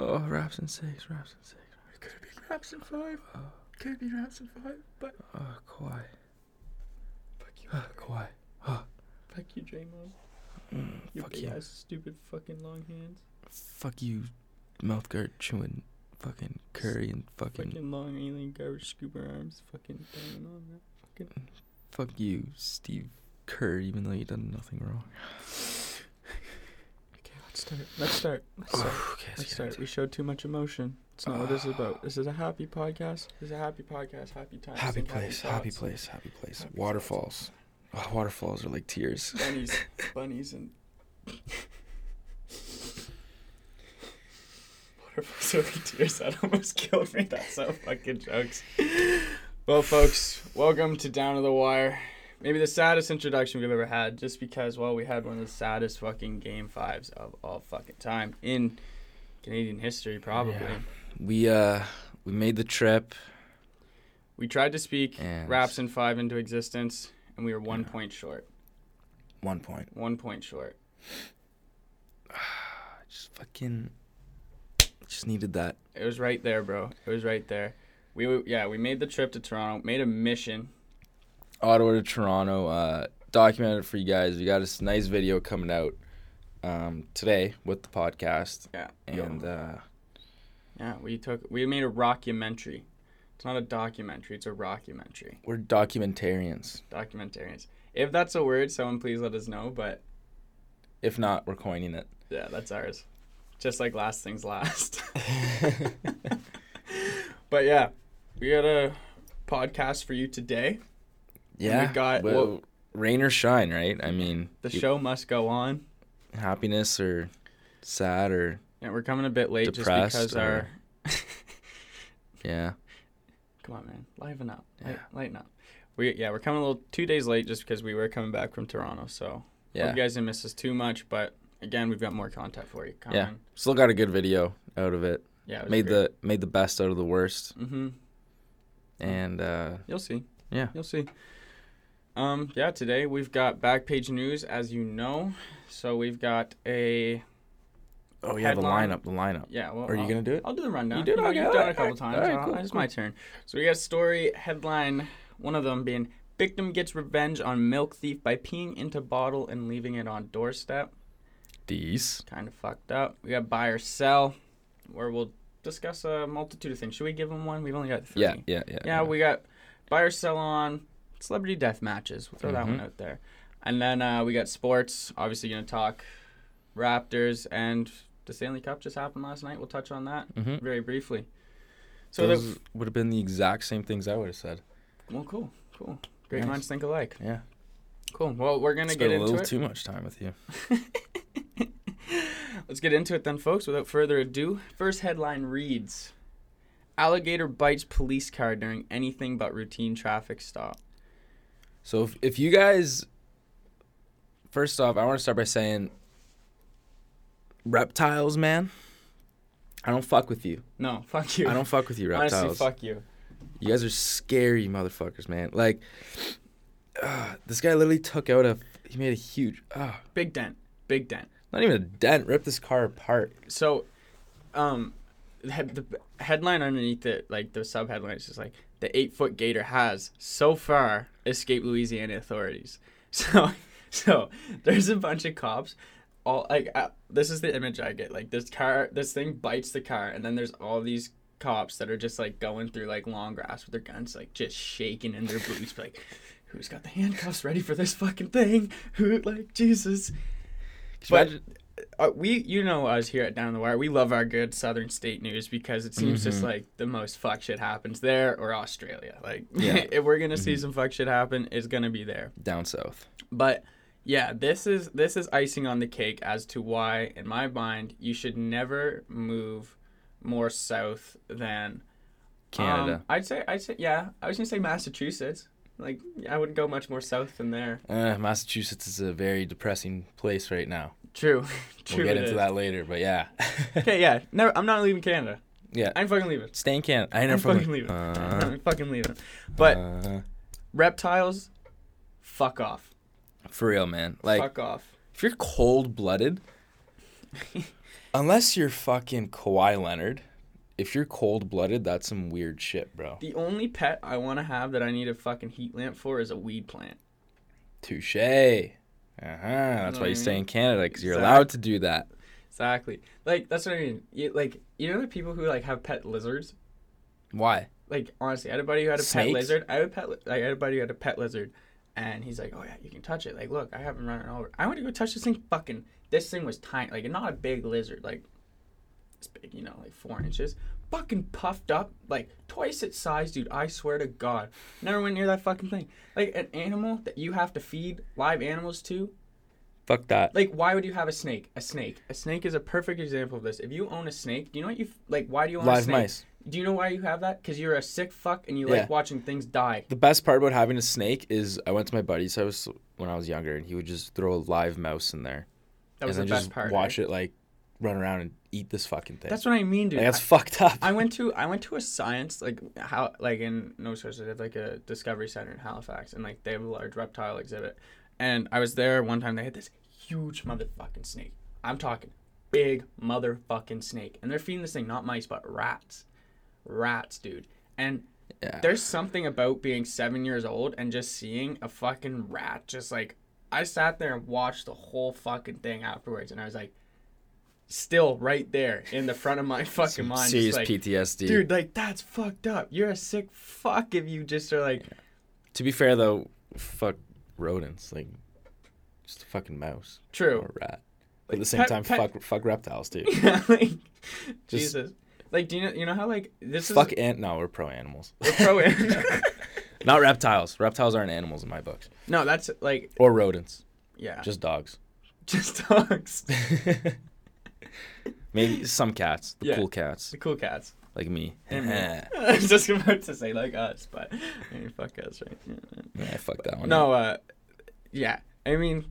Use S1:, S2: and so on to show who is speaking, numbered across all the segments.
S1: Oh, Raps in six, raps in six.
S2: It could have been raps in five. Could have been raps in five. But
S1: Oh, Kawhi.
S2: fuck you,
S1: Oh, Kawhi.
S2: fuck you, J Mo.
S1: Mm,
S2: Your
S1: fuck
S2: big
S1: you.
S2: ass stupid fucking long hands.
S1: Fuck you, mouth guard chewing fucking curry and fucking.
S2: Fucking long alien garbage scooper arms. Fucking banging on man.
S1: Fuck you, Steve Kerr, even though you done nothing wrong.
S2: Okay, let's start. Let's start. Let's start.
S1: okay,
S2: Let's start. We showed too much emotion. It's not what this is about. This is a happy podcast. This is a happy podcast. Happy times.
S1: Happy
S2: think
S1: place, happy
S2: thoughts.
S1: place, happy place.
S2: Happy
S1: Waterfalls. Oh, waterfalls are like tears.
S2: bunnies, bunnies, and waterfall soaking tears. That almost killed me. That's so fucking jokes. Well, folks, welcome to Down to the Wire. Maybe the saddest introduction we've ever had, just because well, we had one of the saddest fucking game fives of all fucking time in Canadian history, probably.
S1: Yeah. We uh we made the trip
S2: We tried to speak
S1: and
S2: Raps and Five into existence, and we were one
S1: Yeah.
S2: point short.
S1: one point.
S2: One point short.
S1: I just fucking just needed that.
S2: It was right there, bro. It was right there. We w- yeah, we made the trip to Toronto, made a mission.
S1: Ottawa to Toronto, uh documented for you guys. We got this nice video coming out um today with the podcast.
S2: Yeah.
S1: And uh
S2: yeah, we took we made a rockumentary. It's not a documentary, it's a rockumentary.
S1: we're documentarians.
S2: Documentarians. If that's a word, someone please let us know, but
S1: If not, we're coining it.
S2: yeah, that's ours. Just like last things last. but yeah, we got a podcast for you today.
S1: Yeah.
S2: we got-
S1: well, rain or shine, right? I mean,
S2: The
S1: you-
S2: show must go on.
S1: happiness or sad or
S2: And we're coming a bit late
S1: Depressed
S2: just because
S1: or-
S2: our
S1: yeah.
S2: Come on, man. Liven up. Light,
S1: Yeah.
S2: Lighten up. We yeah, we're coming a little two days late just because we were coming back from Toronto. So yeah.
S1: Yeah.
S2: you guys didn't miss us too much, but again, we've got more content for you. Come
S1: Yeah.
S2: on.
S1: Still got a good video out of it.
S2: Yeah.
S1: made the made the best out of the worst
S2: the. Mm-hmm.
S1: and uh
S2: You'll see.
S1: Yeah.
S2: You'll see. Um. Yeah. Today we've got Backpage News, as you know. So we've got a
S1: oh yeah, the
S2: Headline.
S1: lineup, the lineup. Uh-huh.
S2: yeah. Well,
S1: Are you
S2: I'll-
S1: going to do it?
S2: I'll do the rundown.
S1: You did?
S2: know,
S1: Okay,
S2: You've done it a
S1: alright,
S2: couple
S1: alright,
S2: times.
S1: alright,
S2: I'll-
S1: cool,
S2: it's
S1: cool.
S2: my turn. So we got story headline. One of them being victim gets revenge on milk thief by peeing into bottle and leaving it on doorstep.
S1: These.
S2: Kind of fucked up. We got buy or sell, where we'll discuss a multitude of things. Should we give them one? We've only got three.
S1: Yeah, yeah, yeah.
S2: Yeah, we got buy or sell on celebrity death matches. We'll throw that one
S1: Mhm.
S2: out there. And then uh, we got sports. Obviously, going to talk Raptors and the Stanley Cup just happened last night. We'll touch on that
S1: hmm
S2: very briefly.
S1: So
S2: So, the-
S1: those would have been the exact same things I would have said.
S2: well, cool, cool. Great
S1: Nice.
S2: minds think alike.
S1: Yeah.
S2: Cool. Well, we're gonna get
S1: Spent a
S2: into
S1: little
S2: it.
S1: too much time with you.
S2: Let's get into it then, folks. Without further ado, first headline reads: Alligator bites police car during anything but routine traffic stop.
S1: So if, if you guys, first off, I want to start by saying, reptiles, man. I don't fuck with you.
S2: No, fuck you.
S1: I don't fuck with you, reptiles.
S2: Honestly, fuck you.
S1: You guys are scary motherfuckers, man. Like, uh, this guy literally took out a. He made a huge. Uh,
S2: Big dent. Big dent.
S1: not even a dent. Ripped this car apart.
S2: so um the, head- the headline underneath it like the sub headline is just like the eight foot gator has so far escaped louisiana authorities so so there's a bunch of cops all like uh, this is the image i get like this car this thing bites the car and then there's all these cops that are just like going through like long grass with their guns like just shaking in their boots like who's got the handcuffs ready for this fucking thing who like jesus
S1: Could you
S2: But-
S1: imagine-
S2: uh, we you know us here at Down the Wire, we love our good Southern state news because it seems
S1: Mm-hmm.
S2: just like the most fuck shit happens there or Australia. Like
S1: Yeah. Mm-hmm.
S2: if we're gonna see some fuck shit happen, it's gonna be there.
S1: down south.
S2: But yeah, this is this is icing on the cake as to why, in my mind, you should never move more south than um,
S1: Canada.
S2: I'd say I'd say yeah. I was gonna say Massachusetts. Like I wouldn't go much more south than there.
S1: uh, Massachusetts is a very depressing place right now.
S2: True. True.
S1: We'll get
S2: it
S1: into
S2: is.
S1: that later, but yeah.
S2: Okay, yeah. Never, I'm not leaving Canada.
S1: Yeah.
S2: I'm fucking leaving.
S1: Stay in Canada. I ain't
S2: I'm
S1: never
S2: fucking leaving.
S1: Uh-huh.
S2: I'm fucking leaving. But
S1: uh,
S2: reptiles, fuck off.
S1: for real, man. Like,
S2: fuck off.
S1: if you're cold blooded, unless you're fucking Kawhi Leonard, if you're cold blooded, that's some weird shit, bro.
S2: The only pet I want to have that I need a fucking heat lamp for is a weed plant.
S1: Touche. Uh huh. That's
S2: know
S1: why
S2: what I
S1: you stay
S2: mean?
S1: in Canada because you're
S2: Exact-
S1: allowed to do that.
S2: Exactly. Like that's what I mean. You, like you know the people who like have pet lizards.
S1: Why?
S2: Like honestly, I had a buddy who had a
S1: Snakes?
S2: pet lizard. I had a pet. li- Like, I had a buddy who had a pet lizard, and he's like, "Oh yeah, you can touch it. Like look, I haven't run it over. I went to go touch this thing. Fucking this thing was tiny. Like not a big lizard. Like it's big, you know, like four inches. Fucking puffed up, like twice its size, dude. I swear to God, never went near that fucking thing. Like an animal that you have to feed live animals to.
S1: Fuck that.
S2: Like, why would you have a snake? A snake. A snake is a perfect example of this. If you own a snake, do you know what you like? Why do you own a
S1: Live
S2: snake?
S1: mice.
S2: Do you know why you have that? Because you're a sick fuck and you
S1: Yeah.
S2: like watching things die.
S1: The best part about having a snake is I went to my buddy's house when I was younger, and he would just throw a live mouse in there,
S2: That was
S1: and
S2: the
S1: then
S2: best
S1: just
S2: part.
S1: watch
S2: right?
S1: it like run around and eat this fucking thing.
S2: That's what I mean, dude.
S1: like, that's fucked up.
S2: I went to I went to a science like how like in Nova Scotia they have like a Discovery Center in Halifax and like they have a large reptile exhibit, and I was there one time they had this huge motherfucking snake. I'm talking big motherfucking snake, and they're feeding this thing not mice but rats, rats, dude. And
S1: Yeah.
S2: there's something about being seven years old and just seeing a fucking rat just like I sat there and watched the whole fucking thing afterwards, and I was like. Still right there in the front of my fucking mind. just
S1: Serious
S2: like,
S1: PTSD.
S2: Dude, like that's fucked up. You're a sick fuck if you just are like
S1: To be fair though, fuck rodents. Like just a fucking mouse or
S2: true.
S1: a rat. But at the same
S2: pet-
S1: time,
S2: pet-
S1: fuck fuck reptiles, dude.
S2: like
S1: Just-
S2: Jesus. Like do you know you know how like this
S1: fuck ant. No, we're pro animals.
S2: is pro
S1: Not reptiles. Reptiles aren't animals in my books.
S2: No, that's like
S1: Or rodents.
S2: yeah.
S1: Just
S2: Just,
S1: dogs.
S2: dogs.
S1: Maybe some cats. The
S2: Yeah.
S1: cool cats,
S2: The cool cats.
S1: like me.
S2: And me.
S1: yeah,
S2: I was just about to say like us, but I mean, fuck us, right? Yeah.
S1: fuck that one.
S2: No, uh yeah. I mean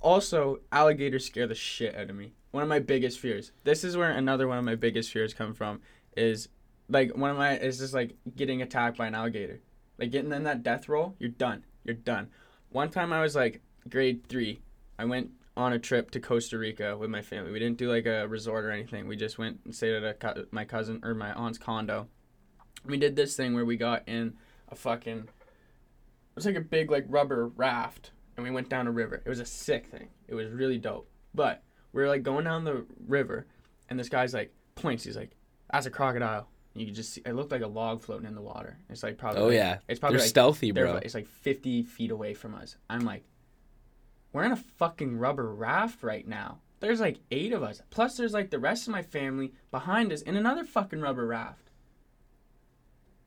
S2: also alligators scare the shit out of me. One of my biggest fears. This is where another one of my biggest fears come from is like one of my is just like getting attacked by an alligator. Like getting in that death roll, you're done. You're done. One time I was like grade 3. I went on a trip to Costa Rica with my family. We didn't do like a resort or anything. We just went and stayed at a cou- my cousin or my aunt's condo. We did this thing where we got in a fucking it was like a big like rubber raft and we went down a river it was a sick thing it was really dope but we were like going down the river and this guy's like points he's like that's a crocodile you could just see it looked like a log floating in the water it's like probably
S1: Oh
S2: like-
S1: yeah.
S2: it's
S1: They're
S2: probably like,
S1: stealthy,
S2: they're
S1: bro.
S2: like- it's like 50 feet away from us i'm like we're in a fucking rubber raft right now there's like eight of us plus there's like the rest of my family behind us in another fucking rubber raft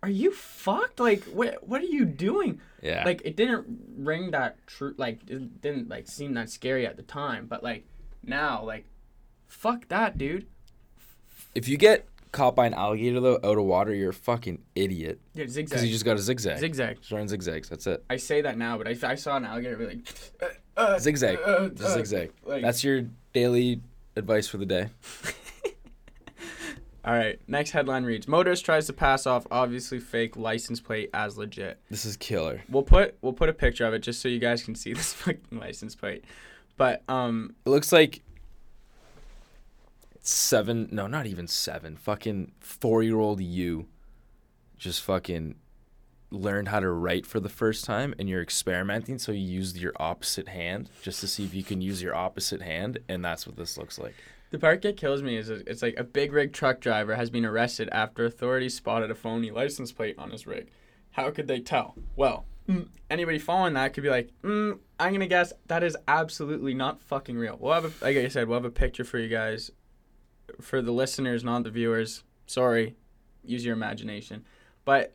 S2: are you fucked like what what are you doing
S1: yeah.
S2: like it didn't ring that true like it didn't like seem that scary at the time but like now like fuck that dude
S1: if you get caught by an alligator though out of water, you're a fucking idiot
S2: yeah
S1: because
S2: zigzag
S1: you just got a zigzag.
S2: zigzag
S1: Just run zigzags. That's it.
S2: i say that now but if i saw an alligator I'd be like uh, uh,
S1: Zigzag.
S2: uh,
S1: Just
S2: uh,
S1: zigzag.
S2: like-
S1: That's your daily advice for the day.
S2: all right next headline reads motorist tries to pass off obviously fake license plate as legit
S1: This is killer.
S2: we'll put we'll put a picture of it just so you guys can see this fucking license plate but um
S1: It looks like seven. No, not even seven. Fucking four-year-old you just fucking learned how to write for the first time, and you're experimenting. So you used your opposite hand just to see if you can use your opposite hand, and that's what this looks like.
S2: the part that kills me is it's like a big rig truck driver has been arrested after authorities spotted a phony license plate on his rig. How could they tell? Well, mm, anybody following that could be like, mm, I'm gonna guess that is absolutely not fucking real. We'll have, a, like I said, we'll have a picture for you guys, for the listeners, not the viewers. Sorry, use your imagination. But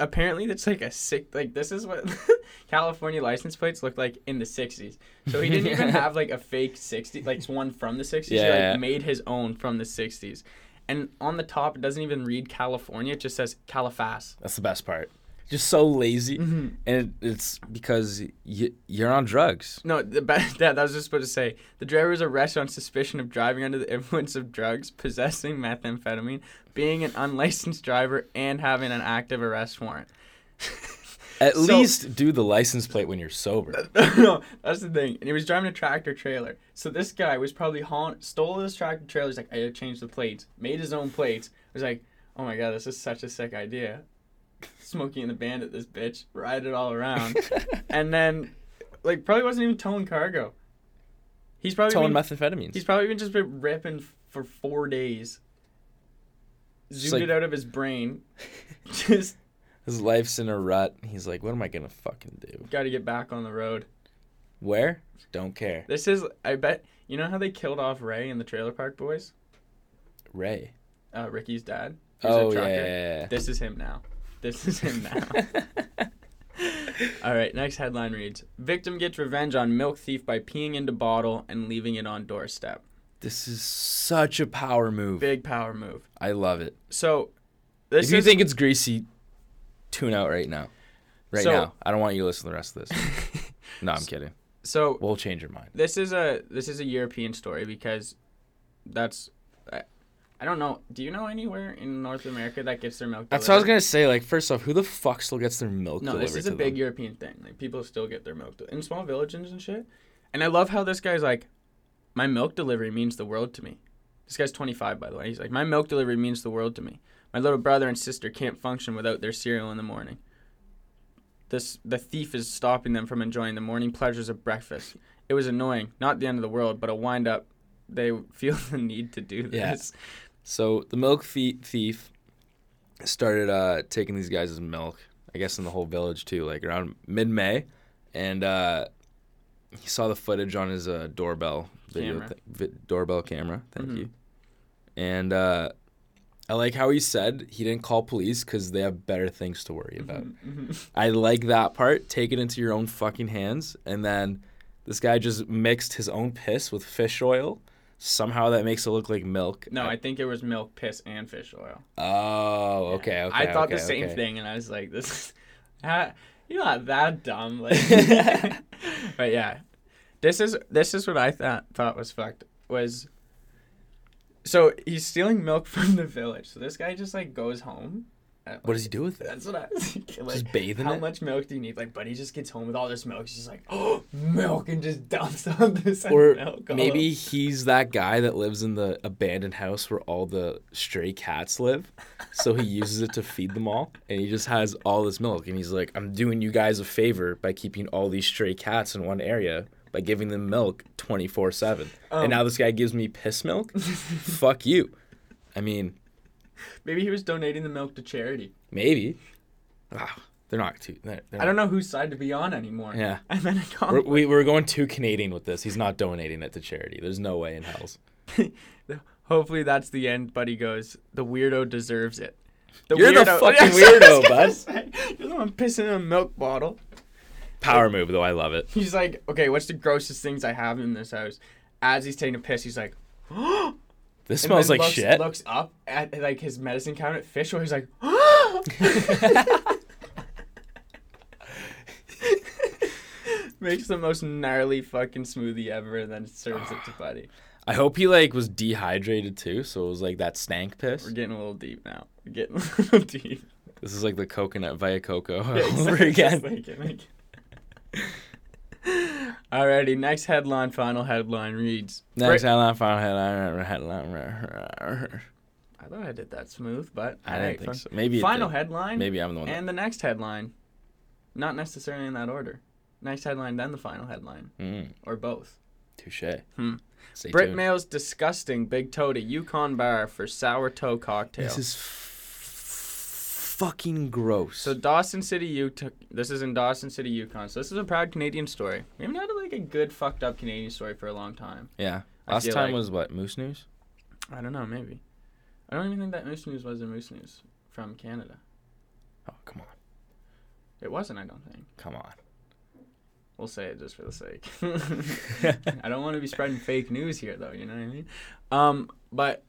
S2: apparently, it's like a sick. Like this is what California license plates looked like in the '60s. So he didn't even have like a fake '60, like one from the '60s. he like,
S1: Yeah.
S2: made his own from the '60s. And on the top, it doesn't even read California. It just says Califas.
S1: That's the best part. Just so lazy,
S2: Mm-hmm.
S1: and it, it's because y- you're on drugs.
S2: No, the best, that, that was just supposed to say. The driver was arrested on suspicion of driving under the influence of drugs, possessing methamphetamine, being an unlicensed driver, and having an active arrest warrant.
S1: At
S2: So-
S1: least do the license plate when you're sober.
S2: no, that's the thing. And he was driving a tractor trailer. So this guy was probably hauling, stole this tractor trailer. He's like, I gotta change the plates. Made his own plates. Was like, oh my god, this is such a sick idea. Smokey and the Bandit, this bitch, ride it all around, and then, like, probably wasn't even towing cargo. He's probably
S1: Towing
S2: been-
S1: methamphetamines.
S2: He's probably been just been ripping f- for four days.
S1: It's
S2: Zoomed
S1: like-
S2: it out of his brain. just
S1: His life's in a rut. He's like, what am I gonna fucking do?
S2: got to get back on the road.
S1: Where? Don't care.
S2: This is, I bet, you know how they killed off Ray in the Trailer Park Boys?
S1: Ray.
S2: Uh, Ricky's dad. He's a
S1: Oh
S2: trucker.
S1: yeah.
S2: This is him now. This is him now. All right, next headline reads Victim gets revenge on milk thief by peeing into bottle and leaving it on doorstep.
S1: this is such a power move.
S2: Big power move.
S1: I love it.
S2: So, this
S1: if you
S2: is.
S1: think it's greasy, tune out right now. Right
S2: So-
S1: now. I don't want you to listen to the rest of this. no, I'm kidding.
S2: so,
S1: We'll change your mind.
S2: this is a this is a European story because that's I, I don't know. Do you know anywhere in North America that gets their milk?
S1: That's what I was
S2: delivered?
S1: gonna say. Like, first off, who the fuck still gets their milk
S2: No,
S1: delivered
S2: this is a
S1: to
S2: big
S1: them?
S2: European thing. Like people still get their milk del- in small villages and shit. And I love how this guy's like, my milk delivery means the world to me. This guy's 25, by the way. He's like, my milk delivery means the world to me. My little brother and sister can't function without their cereal in the morning. This the thief is stopping them from enjoying the morning pleasures of breakfast. It was annoying, not the end of the world, but a wind up. They feel the need to do
S1: Yeah.
S2: this.
S1: So the milk thie- thief started uh, taking these guys' milk. I guess in the whole village too, like around mid-May, and uh, he saw the footage on his uh, doorbell video
S2: Camera.
S1: thi- vi- doorbell camera. Thank
S2: Mhm.
S1: you. And uh, I like how he said he didn't call police because they have better things to worry about. I like that part. Take it into your own fucking hands. And then this guy just mixed his own piss with fish oil. Somehow that makes it look like milk.
S2: No, I think it was milk, piss, and fish oil.
S1: Oh, okay, okay.
S2: I thought the
S1: okay,
S2: same
S1: okay.
S2: thing, and I was like, "This, is, ah, you're not that dumb." Like, but yeah, this is this is what I thought thought was fucked was. So he's stealing milk from the village. So this guy just like goes home. at,
S1: What
S2: like-
S1: does he do with it?
S2: That's what I was thinking. Like,
S1: Just bathe in
S2: how
S1: it?
S2: much milk do you need? Like, buddy just gets home with all this milk. He's just like, oh, milk, and just dumps all this
S1: Or
S2: milk. all
S1: maybe he's that guy that lives in the abandoned house where all the stray cats live. So he uses it to feed them all, and he just has all this milk. And he's like, "I'm doing you guys a favor by keeping all these stray cats in one area by giving them milk 24/7."
S2: Um,
S1: and now this guy gives me piss milk. Fuck you. I mean,
S2: Maybe he was donating the milk to charity.
S1: maybe. Ah, they're not too. They're, they're
S2: I don't know whose side to be on anymore.
S1: Yeah.
S2: And then I got
S1: We're, we, we're going too Canadian with this. He's not donating it to charity. There's no way in hell's.
S2: Hopefully that's the end. Buddy goes, the weirdo deserves it. The
S1: You're the fucking
S2: That's what I was
S1: weirdo,
S2: gonna
S1: bud.
S2: say. You're the one pissing in a milk bottle.
S1: Power move, though. I love it.
S2: He's like, okay, what's the grossest things I have in this house? As he's taking a piss, he's like, oh,
S1: This smells like
S2: looks,
S1: shit.
S2: Looks up at like his medicine cabinet, fish oil. He's like, makes the most gnarly fucking smoothie ever, and then serves it to Buddy.
S1: I hope he like was dehydrated too, so it was like that stank
S2: We're
S1: piss.
S2: getting a little deep now. We're getting a little deep.
S1: This is like the coconut via cocoa all
S2: Yeah,
S1: over
S2: exactly.
S1: again.
S2: Just like it, like- Alrighty, next headline, final headline reads.
S1: Next
S2: Brit-
S1: headline, final headline, headline.
S2: I thought I did that smooth, but
S1: I
S2: alright,
S1: didn't think
S2: fine.
S1: so. Maybe it
S2: Final
S1: did.
S2: headline,
S1: Maybe I'm the one. That,
S2: and the next headline, not necessarily in that order. Next headline, then the final headline,
S1: mm,
S2: or both.
S1: touche.
S2: Hmm.
S1: Stay
S2: Brit
S1: tuned.
S2: mails disgusting big toe to Yukon bar for sour toe cocktail.
S1: This is f- fucking gross.
S2: So Dawson City, U. This is in Dawson City, Yukon. So this is a proud Canadian story. We haven't had like a good fucked up Canadian story for a long time.
S1: yeah.
S2: I
S1: Last
S2: feel
S1: time
S2: like-
S1: was what Moose News.
S2: I don't know, maybe. I don't even think that Moose News was a Moose News from Canada.
S1: Oh come on,
S2: It wasn't, I don't think.
S1: come on.
S2: We'll say it just for the sake. I don't want to be spreading fake news here, though. You know what I mean? Um, but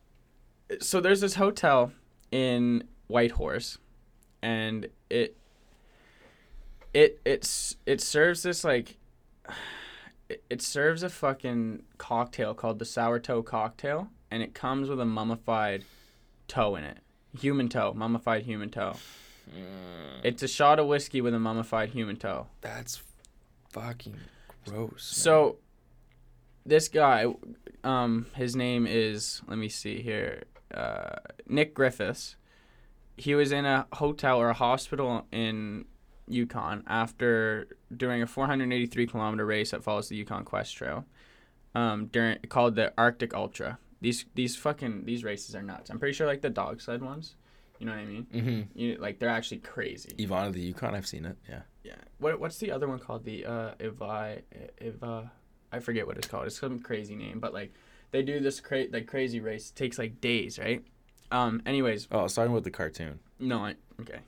S2: so there's this hotel in Whitehorse, and it it it's it serves this like it, it serves a fucking cocktail called the sour toe cocktail, and it comes with a mummified toe in it, human toe, mummified human toe. It's a shot of whiskey with a mummified human toe.
S1: That's fucking gross.
S2: So, this guy, um, his name is let me see here, uh, Nick Griffiths. he was in a hotel or a hospital in Yukon after doing a 483 kilometer race that follows the Yukon Quest Trail, um, during called the Arctic Ultra. These these fucking these races are nuts. I'm pretty sure like the dog sled ones. You know what I mean?
S1: Mm-hmm.
S2: You like they're actually crazy.
S1: Ivana the Yukon, I've seen it. Yeah.
S2: Yeah. What what's the other one called? The uh Ivi Iva I forget what it's called. It's some crazy name, but like they do this cra- like crazy race. It takes like days, right? Um anyways,
S1: Oh, I was talking about the cartoon.
S2: no, I, okay.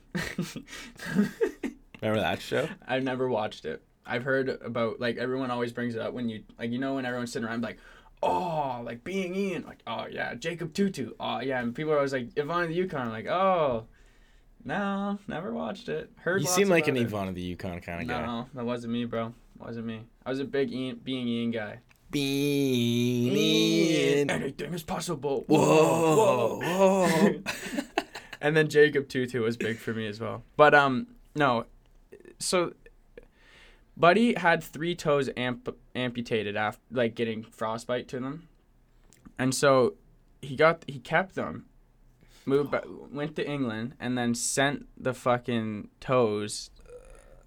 S1: Remember that show?
S2: I've never watched it. I've heard about like everyone always brings it up when you like you know when everyone's sitting around like oh like being Ian like oh yeah Jacob Tutu oh yeah and people are always like Yvonne the Yukon I'm like oh no never watched it heard
S1: You
S2: lots
S1: seem like an
S2: about it.
S1: Ivana the Yukon kind of guy.
S2: No, that wasn't me, bro. Wasn't me. I was a big Ian, being Ian guy.
S1: Bean.
S2: Anything is possible.
S1: Whoa. Whoa.
S2: and then Jacob Tutu was big for me as well. But um, no. So, Buddy had three toes amp- amputated after like getting frostbite to them, and so he got he kept them. Moved ba went to England and then sent the fucking toes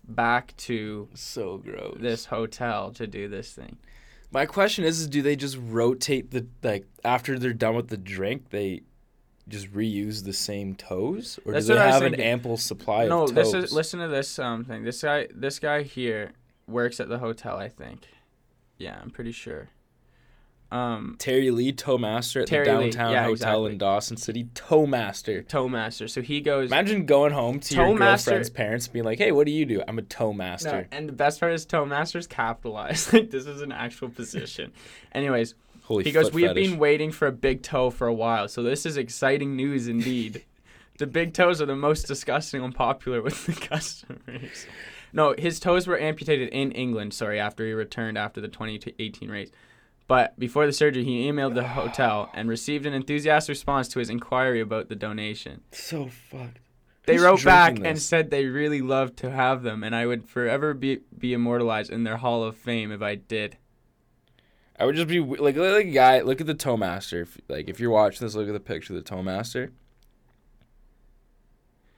S2: back to
S1: so gross.
S2: this hotel to do this thing.
S1: My question is, is do they just rotate the like after they're done with the drink, they just reuse the same toes, or
S2: That's
S1: do they
S2: what I was
S1: have an
S2: thinking.
S1: ample supply
S2: no,
S1: of toes?
S2: this is listen to this um thing. This guy this guy here works at the hotel, I think. Yeah, I'm pretty sure. Um
S1: Terry Lee, toe master at
S2: Terry
S1: the
S2: Lee,
S1: downtown
S2: yeah,
S1: hotel
S2: exactly.
S1: in Dawson City, toe master.
S2: Toe Master. So he goes
S1: Imagine going home to
S2: Toe
S1: your
S2: master-
S1: girlfriend's parents and being like, "Hey, what do you do? I'm a toe
S2: No,
S1: master."
S2: and the best part is Toe Master's capitalized. like this is an actual position. Anyways,
S1: Holy
S2: he goes,
S1: foot
S2: We have
S1: fetish.
S2: been waiting for a big toe for a while, so this is exciting news indeed. the big toes are the most disgusting and popular with the customers. No, his toes were amputated in England, sorry, after he returned after the 2018 race. But before the surgery, he emailed the hotel and received an enthusiastic response to his inquiry about the donation.
S1: so fucked.
S2: They
S1: Who's
S2: wrote back
S1: drinking
S2: and
S1: this?
S2: said they really loved to have them, and I would forever be, be immortalized in their Hall of Fame if I did.
S1: I would just be w- like, look like a guy. Look at the toe master. If, like, if you're watching this, look at the picture of the toe master.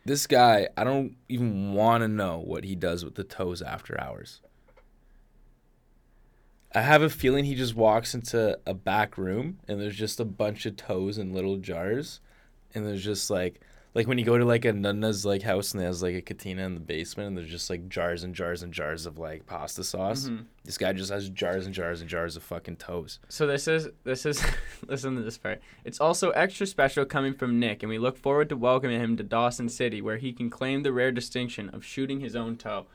S1: This guy, I don't even want to know what he does with the toes after hours. I have a feeling he just walks into a back room and there's just a bunch of toes in little jars, and there's just like, like when you go to like a nunna's like house and there's like a katina in the basement and there's just like jars and jars and jars of like pasta
S2: Mm-hmm.
S1: sauce. This guy just has jars and jars and jars of fucking toes.
S2: So this is this is listen to this part. It's also extra special coming from Nick, and we look forward to welcoming him to Dawson City, where he can claim the rare distinction of shooting his own toe.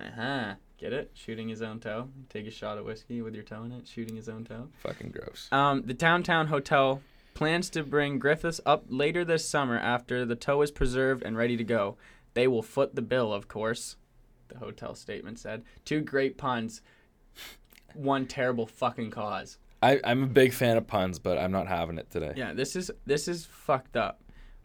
S2: Uh huh. Get it? Shooting his own toe. Take a shot of whiskey with your toe in it. Shooting his own toe.
S1: Fucking gross.
S2: Um, the downtown hotel plans to bring Griffiths up later this summer after the toe is preserved and ready to go. They will foot the bill, of course. The hotel statement said. Two great puns, one terrible fucking cause.
S1: I, I'm a big fan of puns, but I'm not having it today.
S2: Yeah, this is this is fucked up.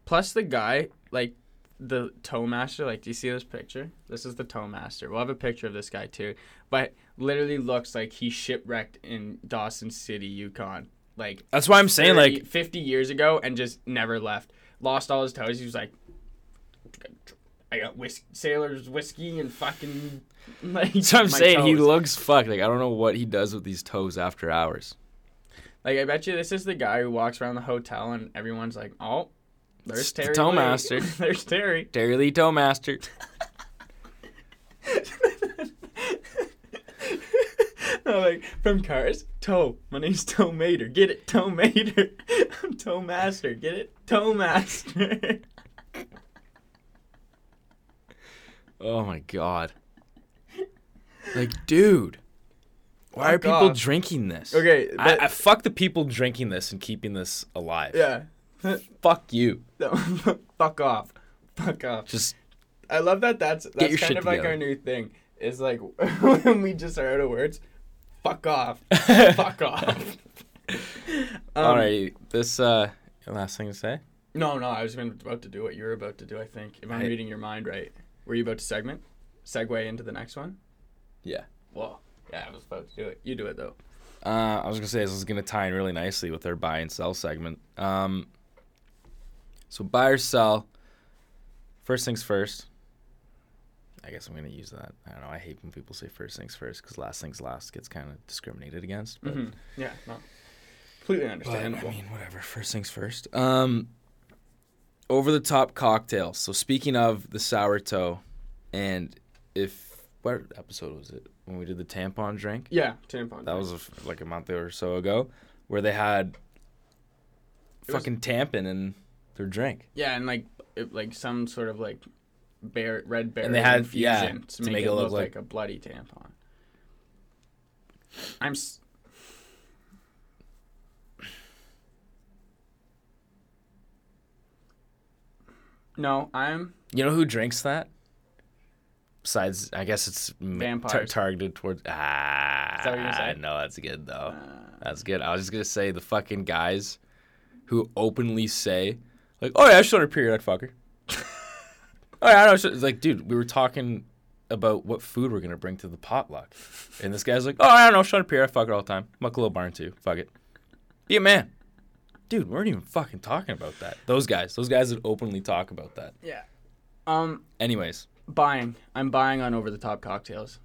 S2: Plus the guy, like the toe master, like do you see this picture? This is the toe master. We'll have a picture of this guy too. But literally looks like he shipwrecked in Dawson City, Yukon. Like
S1: That's why I'm saying
S2: 30,
S1: like
S2: 50 years ago and just never left. Lost all his toes. He was like I got whis- sailor's whiskey and fucking like
S1: that's what I'm
S2: my
S1: saying. He
S2: toes.
S1: looks fucked. Like I don't know what he does with these toes after hours.
S2: Like I bet you this is the guy who walks around the hotel and everyone's like, "Oh,
S1: It's
S2: there's
S1: the
S2: Terry."
S1: toe
S2: Lee.
S1: master."
S2: there's Terry.
S1: Terry Lee Toe Master.
S2: no, like from Cars, Toe. My name's Toe Mater. Get it, Toe Mater. I'm Toe Master. Get it, Toe Master.
S1: Oh my god. Like, dude. Why are
S2: Fuck
S1: people
S2: off.
S1: drinking this?
S2: Okay, that-
S1: I, I fuck the people drinking this and keeping this alive.
S2: yeah.
S1: Fuck you.
S2: No, Fuck off. Fuck off.
S1: Just
S2: I love that. That's that's
S1: your
S2: kind
S1: shit
S2: of like
S1: together.
S2: our new thing. Is like when we just are out of words. Fuck off. Fuck off. Um,
S1: alrighty. This uh last thing to say?
S2: No, no, I was even about to do what you were about to do, I think, if I'm
S1: I-
S2: reading your mind right. Were you about to segment? Segue into the next one?
S1: Yeah.
S2: Well, yeah, I was about to do it. You do it, though.
S1: Uh, I was gonna say this is gonna tie in really nicely with our buy and sell segment. Um, so buy or sell. First things first. I guess I'm gonna use that. I don't know. I hate when people say first things first because last things last gets kind of discriminated against. But,
S2: hmm Yeah, no. Completely
S1: Mm-hmm. but, I
S2: understandable.
S1: mean, whatever. First things first. Um, over the top cocktails. So speaking of the sour toe, and if what episode was it when we did the tampon drink?
S2: yeah, tampon.
S1: That was a f like a month or so ago, where they had
S2: It was-
S1: fucking tampon in their drink.
S2: yeah, and like it, like some sort of like bear red berry
S1: they had-
S2: infusion
S1: yeah,
S2: to, make, it look like, a bloody tampon. I'm. S- no, I'm
S1: You know who drinks that? Besides, I guess it's m- tar-
S2: Vampires.
S1: targeted towards. Ah,
S2: that what you're saying?
S1: no, that's good though.
S2: uh,
S1: That's good. I was just gonna say the fucking guys who openly say like, "Oh yeah, I showed her period, I'd fuck her." oh yeah, I know. It's like, dude, we were talking about what food we're gonna bring to the potluck, and this guy's like, "Oh, I don't know, showed her period, I fuck her all the time. Muck a little barn too. Fuck it. Be a man." Dude, we weren't even fucking talking about that. Those guys, those guys that openly talk about that.
S2: yeah. Um,
S1: Anyways,
S2: buying. I'm buying on over the top cocktails.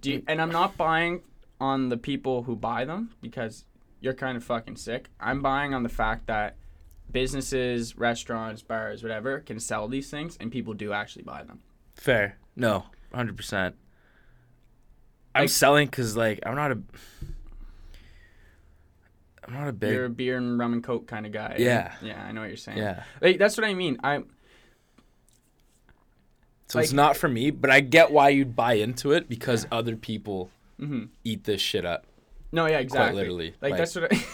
S2: Do you, and I'm not buying on the people who buy them because you're kind of fucking sick. I'm buying on the fact that businesses, restaurants, bars, whatever can sell these things and people do actually buy them.
S1: fair. No, hundred percent. I'm
S2: Like-
S1: selling because like I'm not a. I'm not a big
S2: You're a beer and rum and coke kind of guy. eh?
S1: Yeah.
S2: Yeah, I know what you're saying.
S1: Yeah.
S2: Like, that's what I mean. I
S1: So it's
S2: Like-
S1: not for me, but I get why you'd buy into it because other people
S2: mhm.
S1: eat this shit up.
S2: No, yeah, exactly.
S1: literally,
S2: Like,
S1: like-
S2: that's what I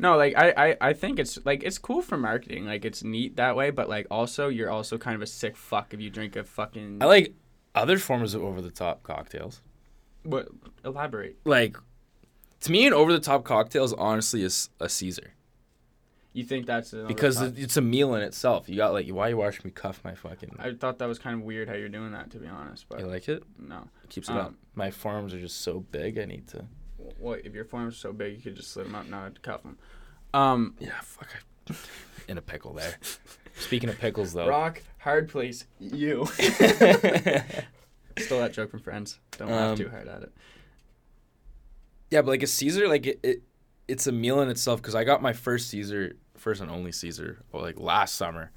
S2: No, like I, I, I think it's like it's cool for marketing. Like it's neat that way, but like also you're also kind of a sick fuck if you drink a fucking
S1: I like other forms of over the top cocktails.
S2: what elaborate.
S1: Like to me an over the top cocktail is honestly is a Caesar
S2: You think that's another
S1: because
S2: thought?
S1: it- it's a meal in itself. You got like why you watching me cuff my fucking
S2: I thought that was kind of weird how you're doing that to be honest, but
S1: You like it?
S2: no.
S1: It keeps it up.
S2: Um,
S1: My forearms are just so big I need to
S2: Well, if your forearms are so big, you could just slit them up, not cuff them. Um,
S1: Yeah, fuck I in a pickle there. Speaking of pickles though.
S2: rock hard place you. Stole that joke from Friends. Don't
S1: Um,
S2: laugh too hard at it.
S1: Yeah, but like a Caesar, like it, it it's a meal in itself. Because I got my first Caesar, first and only Caesar, or like last summer,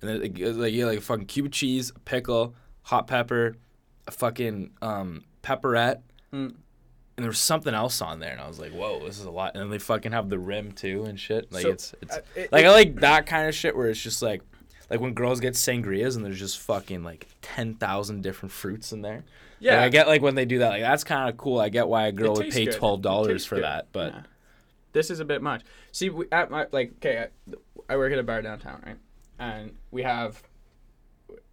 S1: and then like, it was like yeah, like fucking Cuba cheese, a pickle, hot pepper, a fucking um pepperette,
S2: Mm.
S1: and there was something else on there, and I was like, whoa, this is a lot. And then they fucking have the rim too and shit. Like
S2: So,
S1: it's it's
S2: uh, it-
S1: like
S2: it-
S1: I like that kind of shit where it's just like. Like when girls get sangrias and there's just fucking like ten thousand different fruits in there. Yeah, I get like when they do that. Like that's kind of cool. I get why a girl
S2: It
S1: would
S2: tastes
S1: pay
S2: good.
S1: twelve
S2: It
S1: dollars
S2: tastes
S1: for
S2: good.
S1: that, but
S2: Yeah. this is a bit much. See, we, at my like, okay, I, I work at a bar downtown, right? And we have,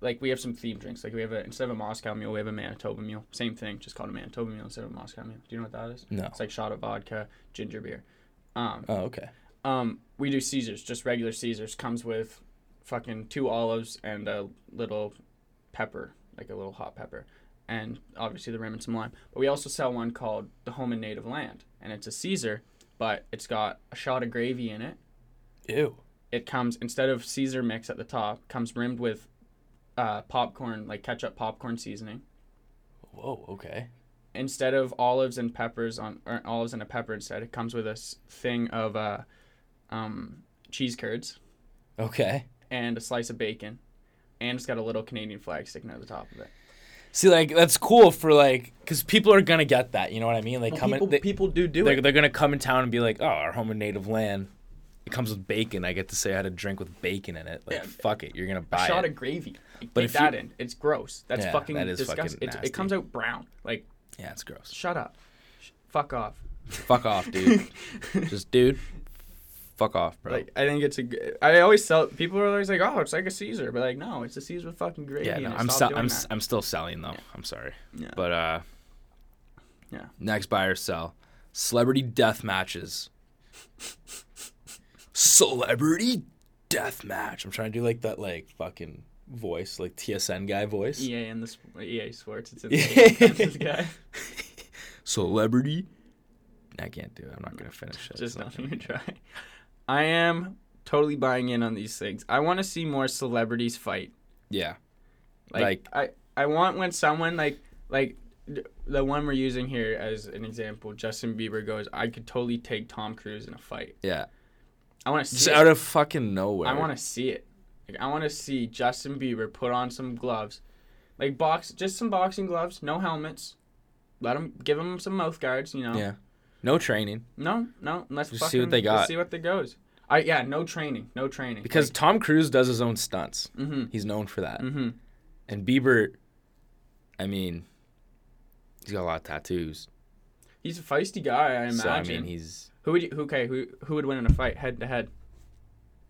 S2: like, we have some themed drinks. Like, we have a instead of a Moscow mule, we have a Manitoba mule. Same thing, just called a Manitoba mule instead of a Moscow mule. Do you know what that is?
S1: no.
S2: It's like shot of vodka, ginger beer. Um,
S1: Oh, okay.
S2: um, we do Caesars, just regular Caesars. Comes with fucking two olives and a little pepper, like a little hot pepper, and obviously the rim and some lime. But we also sell one called the Home and Native Land, and it's a Caesar, but it's got a shot of gravy in it.
S1: Ew.
S2: It comes instead of Caesar mix at the top, comes rimmed with uh, popcorn, like ketchup popcorn seasoning.
S1: Whoa. Okay.
S2: Instead of olives and peppers on or olives and a pepper, instead it comes with a s- thing of uh, um, cheese curds.
S1: Okay.
S2: and a slice of bacon, and it's got a little Canadian flag sticking out the top of it.
S1: See, like that's cool for like, cause people are gonna get that. You know what I mean? Like, come
S2: people,
S1: in, they,
S2: people do do
S1: they're,
S2: it.
S1: they're gonna come in town and be like, oh, our home and native land. It comes with bacon. I get to say I had a drink with bacon in it. Like,
S2: Yeah.
S1: fuck it, you're gonna
S2: A
S1: buy
S2: shot
S1: it.
S2: of gravy. Like,
S1: But
S2: take
S1: if you-
S2: that in. It's gross. That's
S1: Yeah,
S2: fucking
S1: that is fucking
S2: disgusting. It's-
S1: nasty.
S2: it comes out brown. Like,
S1: yeah, it's gross.
S2: shut up. Sh- fuck off.
S1: fuck off, dude. Just dude. Fuck off, bro.
S2: Like, I think it's a. g- I always sell. People are always like, "Oh, it's like a Caesar," but like, no, it's a Caesar with fucking gravy.
S1: yeah,
S2: in
S1: no,
S2: it.
S1: I'm
S2: Stop
S1: still
S2: doing
S1: I'm
S2: that.
S1: s- I'm still selling though. I'm sorry,
S2: Yeah.
S1: but uh,
S2: Yeah.
S1: Next buy or sell, celebrity death matches. celebrity death match. I'm trying to do like that like fucking voice, like TSN guy voice.
S2: EA E and the sp- EA Sports. It's in
S1: Yeah.
S2: the guy.
S1: Celebrity. I can't do it. I'm not gonna finish it.
S2: Just
S1: It's not
S2: don't
S1: gonna-
S2: even try. I am totally buying in on these things. I want to see more celebrities fight.
S1: Yeah.
S2: Like, I I want when someone like like d- the one we're using here as an example, Justin Bieber goes, I could totally take Tom Cruise in a fight.
S1: Yeah.
S2: I want to
S1: Just
S2: see
S1: out
S2: it.
S1: of fucking nowhere.
S2: I want to see it. Like I want to see Justin Bieber put on some gloves. Like box just some boxing gloves, no helmets. Let him give him some mouth guards, you know.
S1: Yeah. No training.
S2: No, no, let's
S1: Just
S2: fucking,
S1: see what they
S2: let's
S1: got.
S2: see what they goes. I yeah, no training, no training.
S1: Because Tom Cruise does his own stunts.
S2: mhm.
S1: He's known for that.
S2: Mhm.
S1: And Bieber, I mean, he's got a lot of tattoos.
S2: He's a feisty guy, I imagine.
S1: So, I mean, he's.
S2: Who would you, who, okay, who who would win in a fight head to head?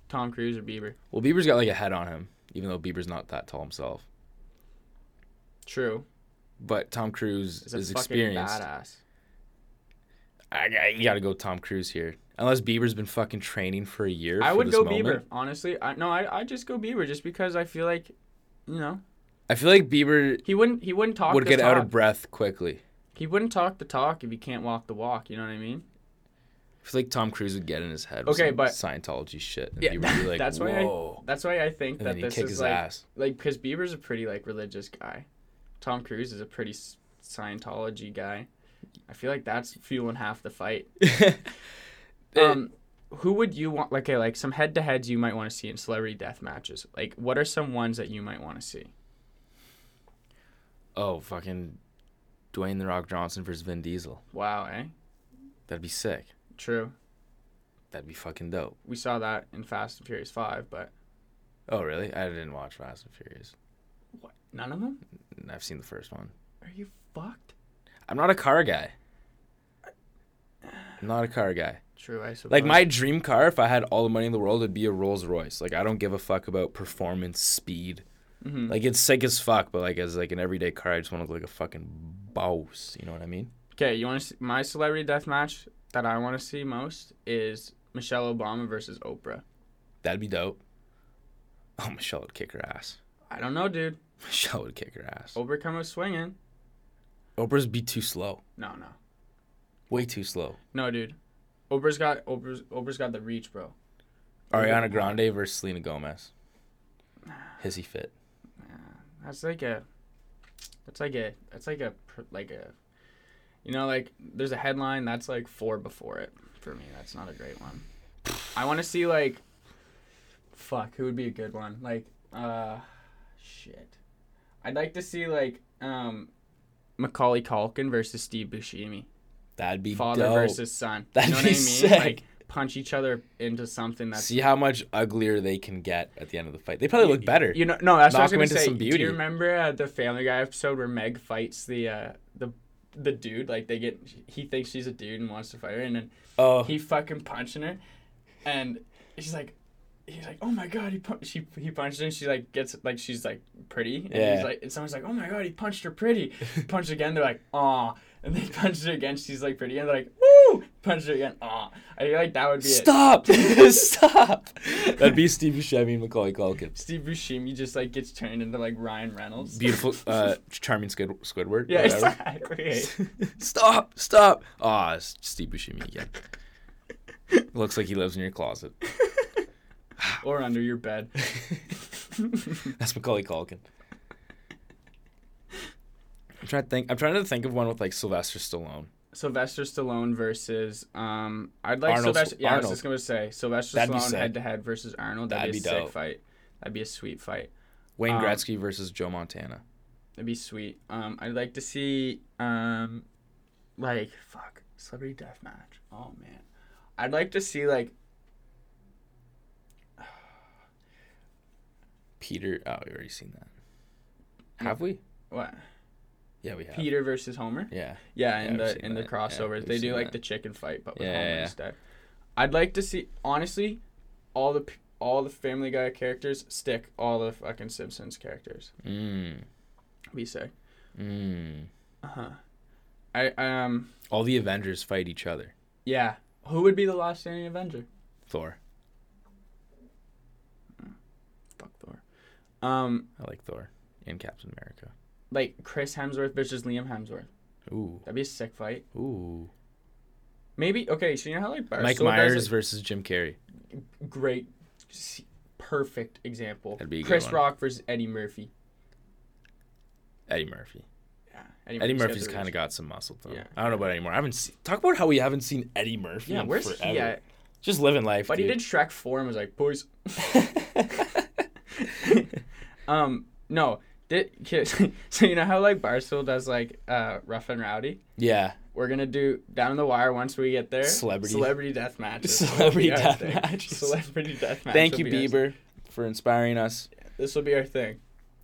S2: Tom Cruise or Bieber?
S1: Well, Bieber's got like a head on him, even though Bieber's not that tall himself.
S2: True.
S1: But Tom Cruise
S2: He's a
S1: is
S2: fucking
S1: experienced.
S2: badass.
S1: I, I- you gotta go Tom Cruise here. Unless Bieber's been fucking training for a year.
S2: I
S1: for
S2: would
S1: this
S2: go
S1: moment.
S2: Bieber, honestly. I no, I I just go Bieber just because I feel like you know,
S1: I feel like Bieber
S2: he wouldn't he wouldn't talk
S1: would
S2: the
S1: get
S2: talk.
S1: out of breath quickly.
S2: He wouldn't talk the talk if he can't walk the walk, you know what I mean?
S1: I feel like Tom Cruise would get in his head. With
S2: Okay,
S1: some
S2: but-
S1: Scientology shit. And
S2: Yeah,
S1: Bieber would be like,
S2: that's why I-
S1: Whoa.
S2: That's why I think
S1: and
S2: that
S1: then he'd
S2: this
S1: kick
S2: is
S1: his
S2: like
S1: ass.
S2: like because Bieber's a pretty like religious guy. Tom Cruise is a pretty s- Scientology guy. I feel like that's fueling half the fight. Um, who would you want? Like, okay, like some head to heads you might want to see in celebrity death matches. Like, what are some ones that you might want to see?
S1: oh, fucking Dwayne The Rock Johnson versus Vin Diesel.
S2: Wow, eh?
S1: That'd be sick.
S2: True.
S1: That'd be fucking dope.
S2: We saw that in Fast and Furious Five, but
S1: Oh, really? I didn't watch Fast and Furious.
S2: what? None of them?
S1: And I've seen the first one.
S2: Are you fucked?
S1: I'm not a car guy. I'm not a car guy.
S2: True, I suppose.
S1: Like my dream car, if I had all the money in the world, would be a Rolls Royce. Like I don't give a fuck about performance, speed.
S2: Mhm.
S1: Like it's sick as fuck, but like as like an everyday car, I just want to look like a fucking boss. You know what I mean?
S2: Okay, you want to see my celebrity death match that I want to see most is Michelle Obama versus Oprah.
S1: That'd be dope. Oh, Michelle would kick her ass.
S2: I don't know, dude.
S1: Michelle would kick her ass.
S2: Oprah come out swinging.
S1: Oprah's be too slow.
S2: No, no,
S1: Way too slow.
S2: no, dude. Oprah's got Oprah's, Oprah's got the reach, bro.
S1: Ariana Grande versus Selena Gomez. Hissy fit.
S2: That's like a, that's like a, that's like a, pr- like a, you know, like there's a headline that's like four before it for me. That's not a great one. I want to see like, fuck, who would be a good one? Like, uh, shit. I'd like to see like, um, Macaulay Culkin versus Steve Buscemi,
S1: That'd be
S2: father
S1: dope.
S2: versus son.
S1: That'd
S2: you know
S1: be
S2: what I mean?
S1: sick.
S2: Like punch each other into something that's
S1: See how much uglier they can get at the end of the fight. They probably look better.
S2: You know, no, that's
S1: Knock
S2: what I
S1: him
S2: was
S1: into
S2: gonna say.
S1: some
S2: Do
S1: beauty.
S2: you remember uh, the Family Guy episode where Meg fights the uh, the the dude? Like they get, he thinks she's a dude and wants to fight her, and then
S1: oh,
S2: he fucking punching her, and she's like, he's like, oh my god, he pun-, she he punched her, and she like gets like she's like pretty, and
S1: Yeah.
S2: he's like, and someone's like, oh my god, he punched her pretty, punched again, they're like, aw. And they punch her again. She's like pretty, and they're like, "Woo!" Punch her again. Ah, I feel like that would be it.
S1: Stop! Stop! That'd be Steve Buscemi and Macaulay Culkin.
S2: Steve Buscemi just like gets turned into like Ryan Reynolds.
S1: Beautiful, uh, charming Squid- Squidward.
S2: Yeah,
S1: whatever.
S2: exactly.
S1: stop! Stop! Ah, it's Steve Buscemi again. Looks like he lives in your closet.
S2: or under your bed.
S1: That's Macaulay Culkin. I'm trying to think. I'm trying to think of one with like Sylvester Stallone.
S2: Sylvester Stallone versus um, I'd like
S1: Arnold-
S2: Sylvester. Yeah, I
S1: Arnold.
S2: was just gonna say Sylvester
S1: That'd be
S2: Stallone
S1: sick.
S2: head to head versus Arnold. That'd,
S1: That'd
S2: be a
S1: be
S2: sick
S1: dope.
S2: fight. That'd be a sweet fight.
S1: Wayne
S2: Um,
S1: Gretzky versus Joe Montana.
S2: That'd be sweet. Um, I'd like to see um, like fuck celebrity death match. Oh man, I'd like to see like
S1: Peter. Oh, we already seen that. Have we?
S2: what
S1: Yeah, we have.
S2: Peter versus Homer.
S1: Yeah.
S2: Yeah, in
S1: Yeah, we've
S2: the
S1: seen
S2: in the
S1: that. Yeah,
S2: crossovers,
S1: we've
S2: they do
S1: seen
S2: like
S1: that.
S2: the chicken fight, but with
S1: Yeah,
S2: Homer
S1: yeah, yeah.
S2: instead. I'd like to see honestly, all the p- all the Family Guy characters stick all the fucking Simpsons characters.
S1: Mm.
S2: Be sick.
S1: Mm.
S2: Uh huh. I um
S1: All the Avengers fight each other.
S2: yeah. Who would be the last standing Avenger?
S1: Thor.
S2: Fuck Thor. Um,
S1: I like Thor and Captain America.
S2: like Chris Hemsworth versus Liam Hemsworth.
S1: Ooh.
S2: That'd be a sick fight.
S1: Ooh.
S2: Maybe okay. So you know how like Barstool
S1: Mike
S2: does,
S1: Myers
S2: like,
S1: versus Jim Carrey.
S2: great s- perfect example.
S1: That'd be a good
S2: Chris
S1: one.
S2: Rock versus Eddie Murphy.
S1: Eddie Murphy.
S2: Yeah,
S1: Eddie
S2: got
S1: Murphy's
S2: the
S1: kind
S2: reach.
S1: of got some muscle though.
S2: Yeah.
S1: I don't know about anymore. I haven't seen, talk about how we haven't seen Eddie Murphy.
S2: Yeah,
S1: in
S2: where's
S1: forever.
S2: he at?
S1: Just living life.
S2: But he did Shrek four and was like, boys. um, no, did okay, so you know how like Barstool does like uh rough and rowdy.
S1: Yeah.
S2: We're gonna do down in the wire once we get there.
S1: Celebrity.
S2: celebrity death matches.
S1: Celebrity
S2: That'll be our
S1: death
S2: thing.
S1: matches.
S2: Celebrity death matches.
S1: Thank you,
S2: will be our-
S1: Bieber, for inspiring us.
S2: This will be our thing.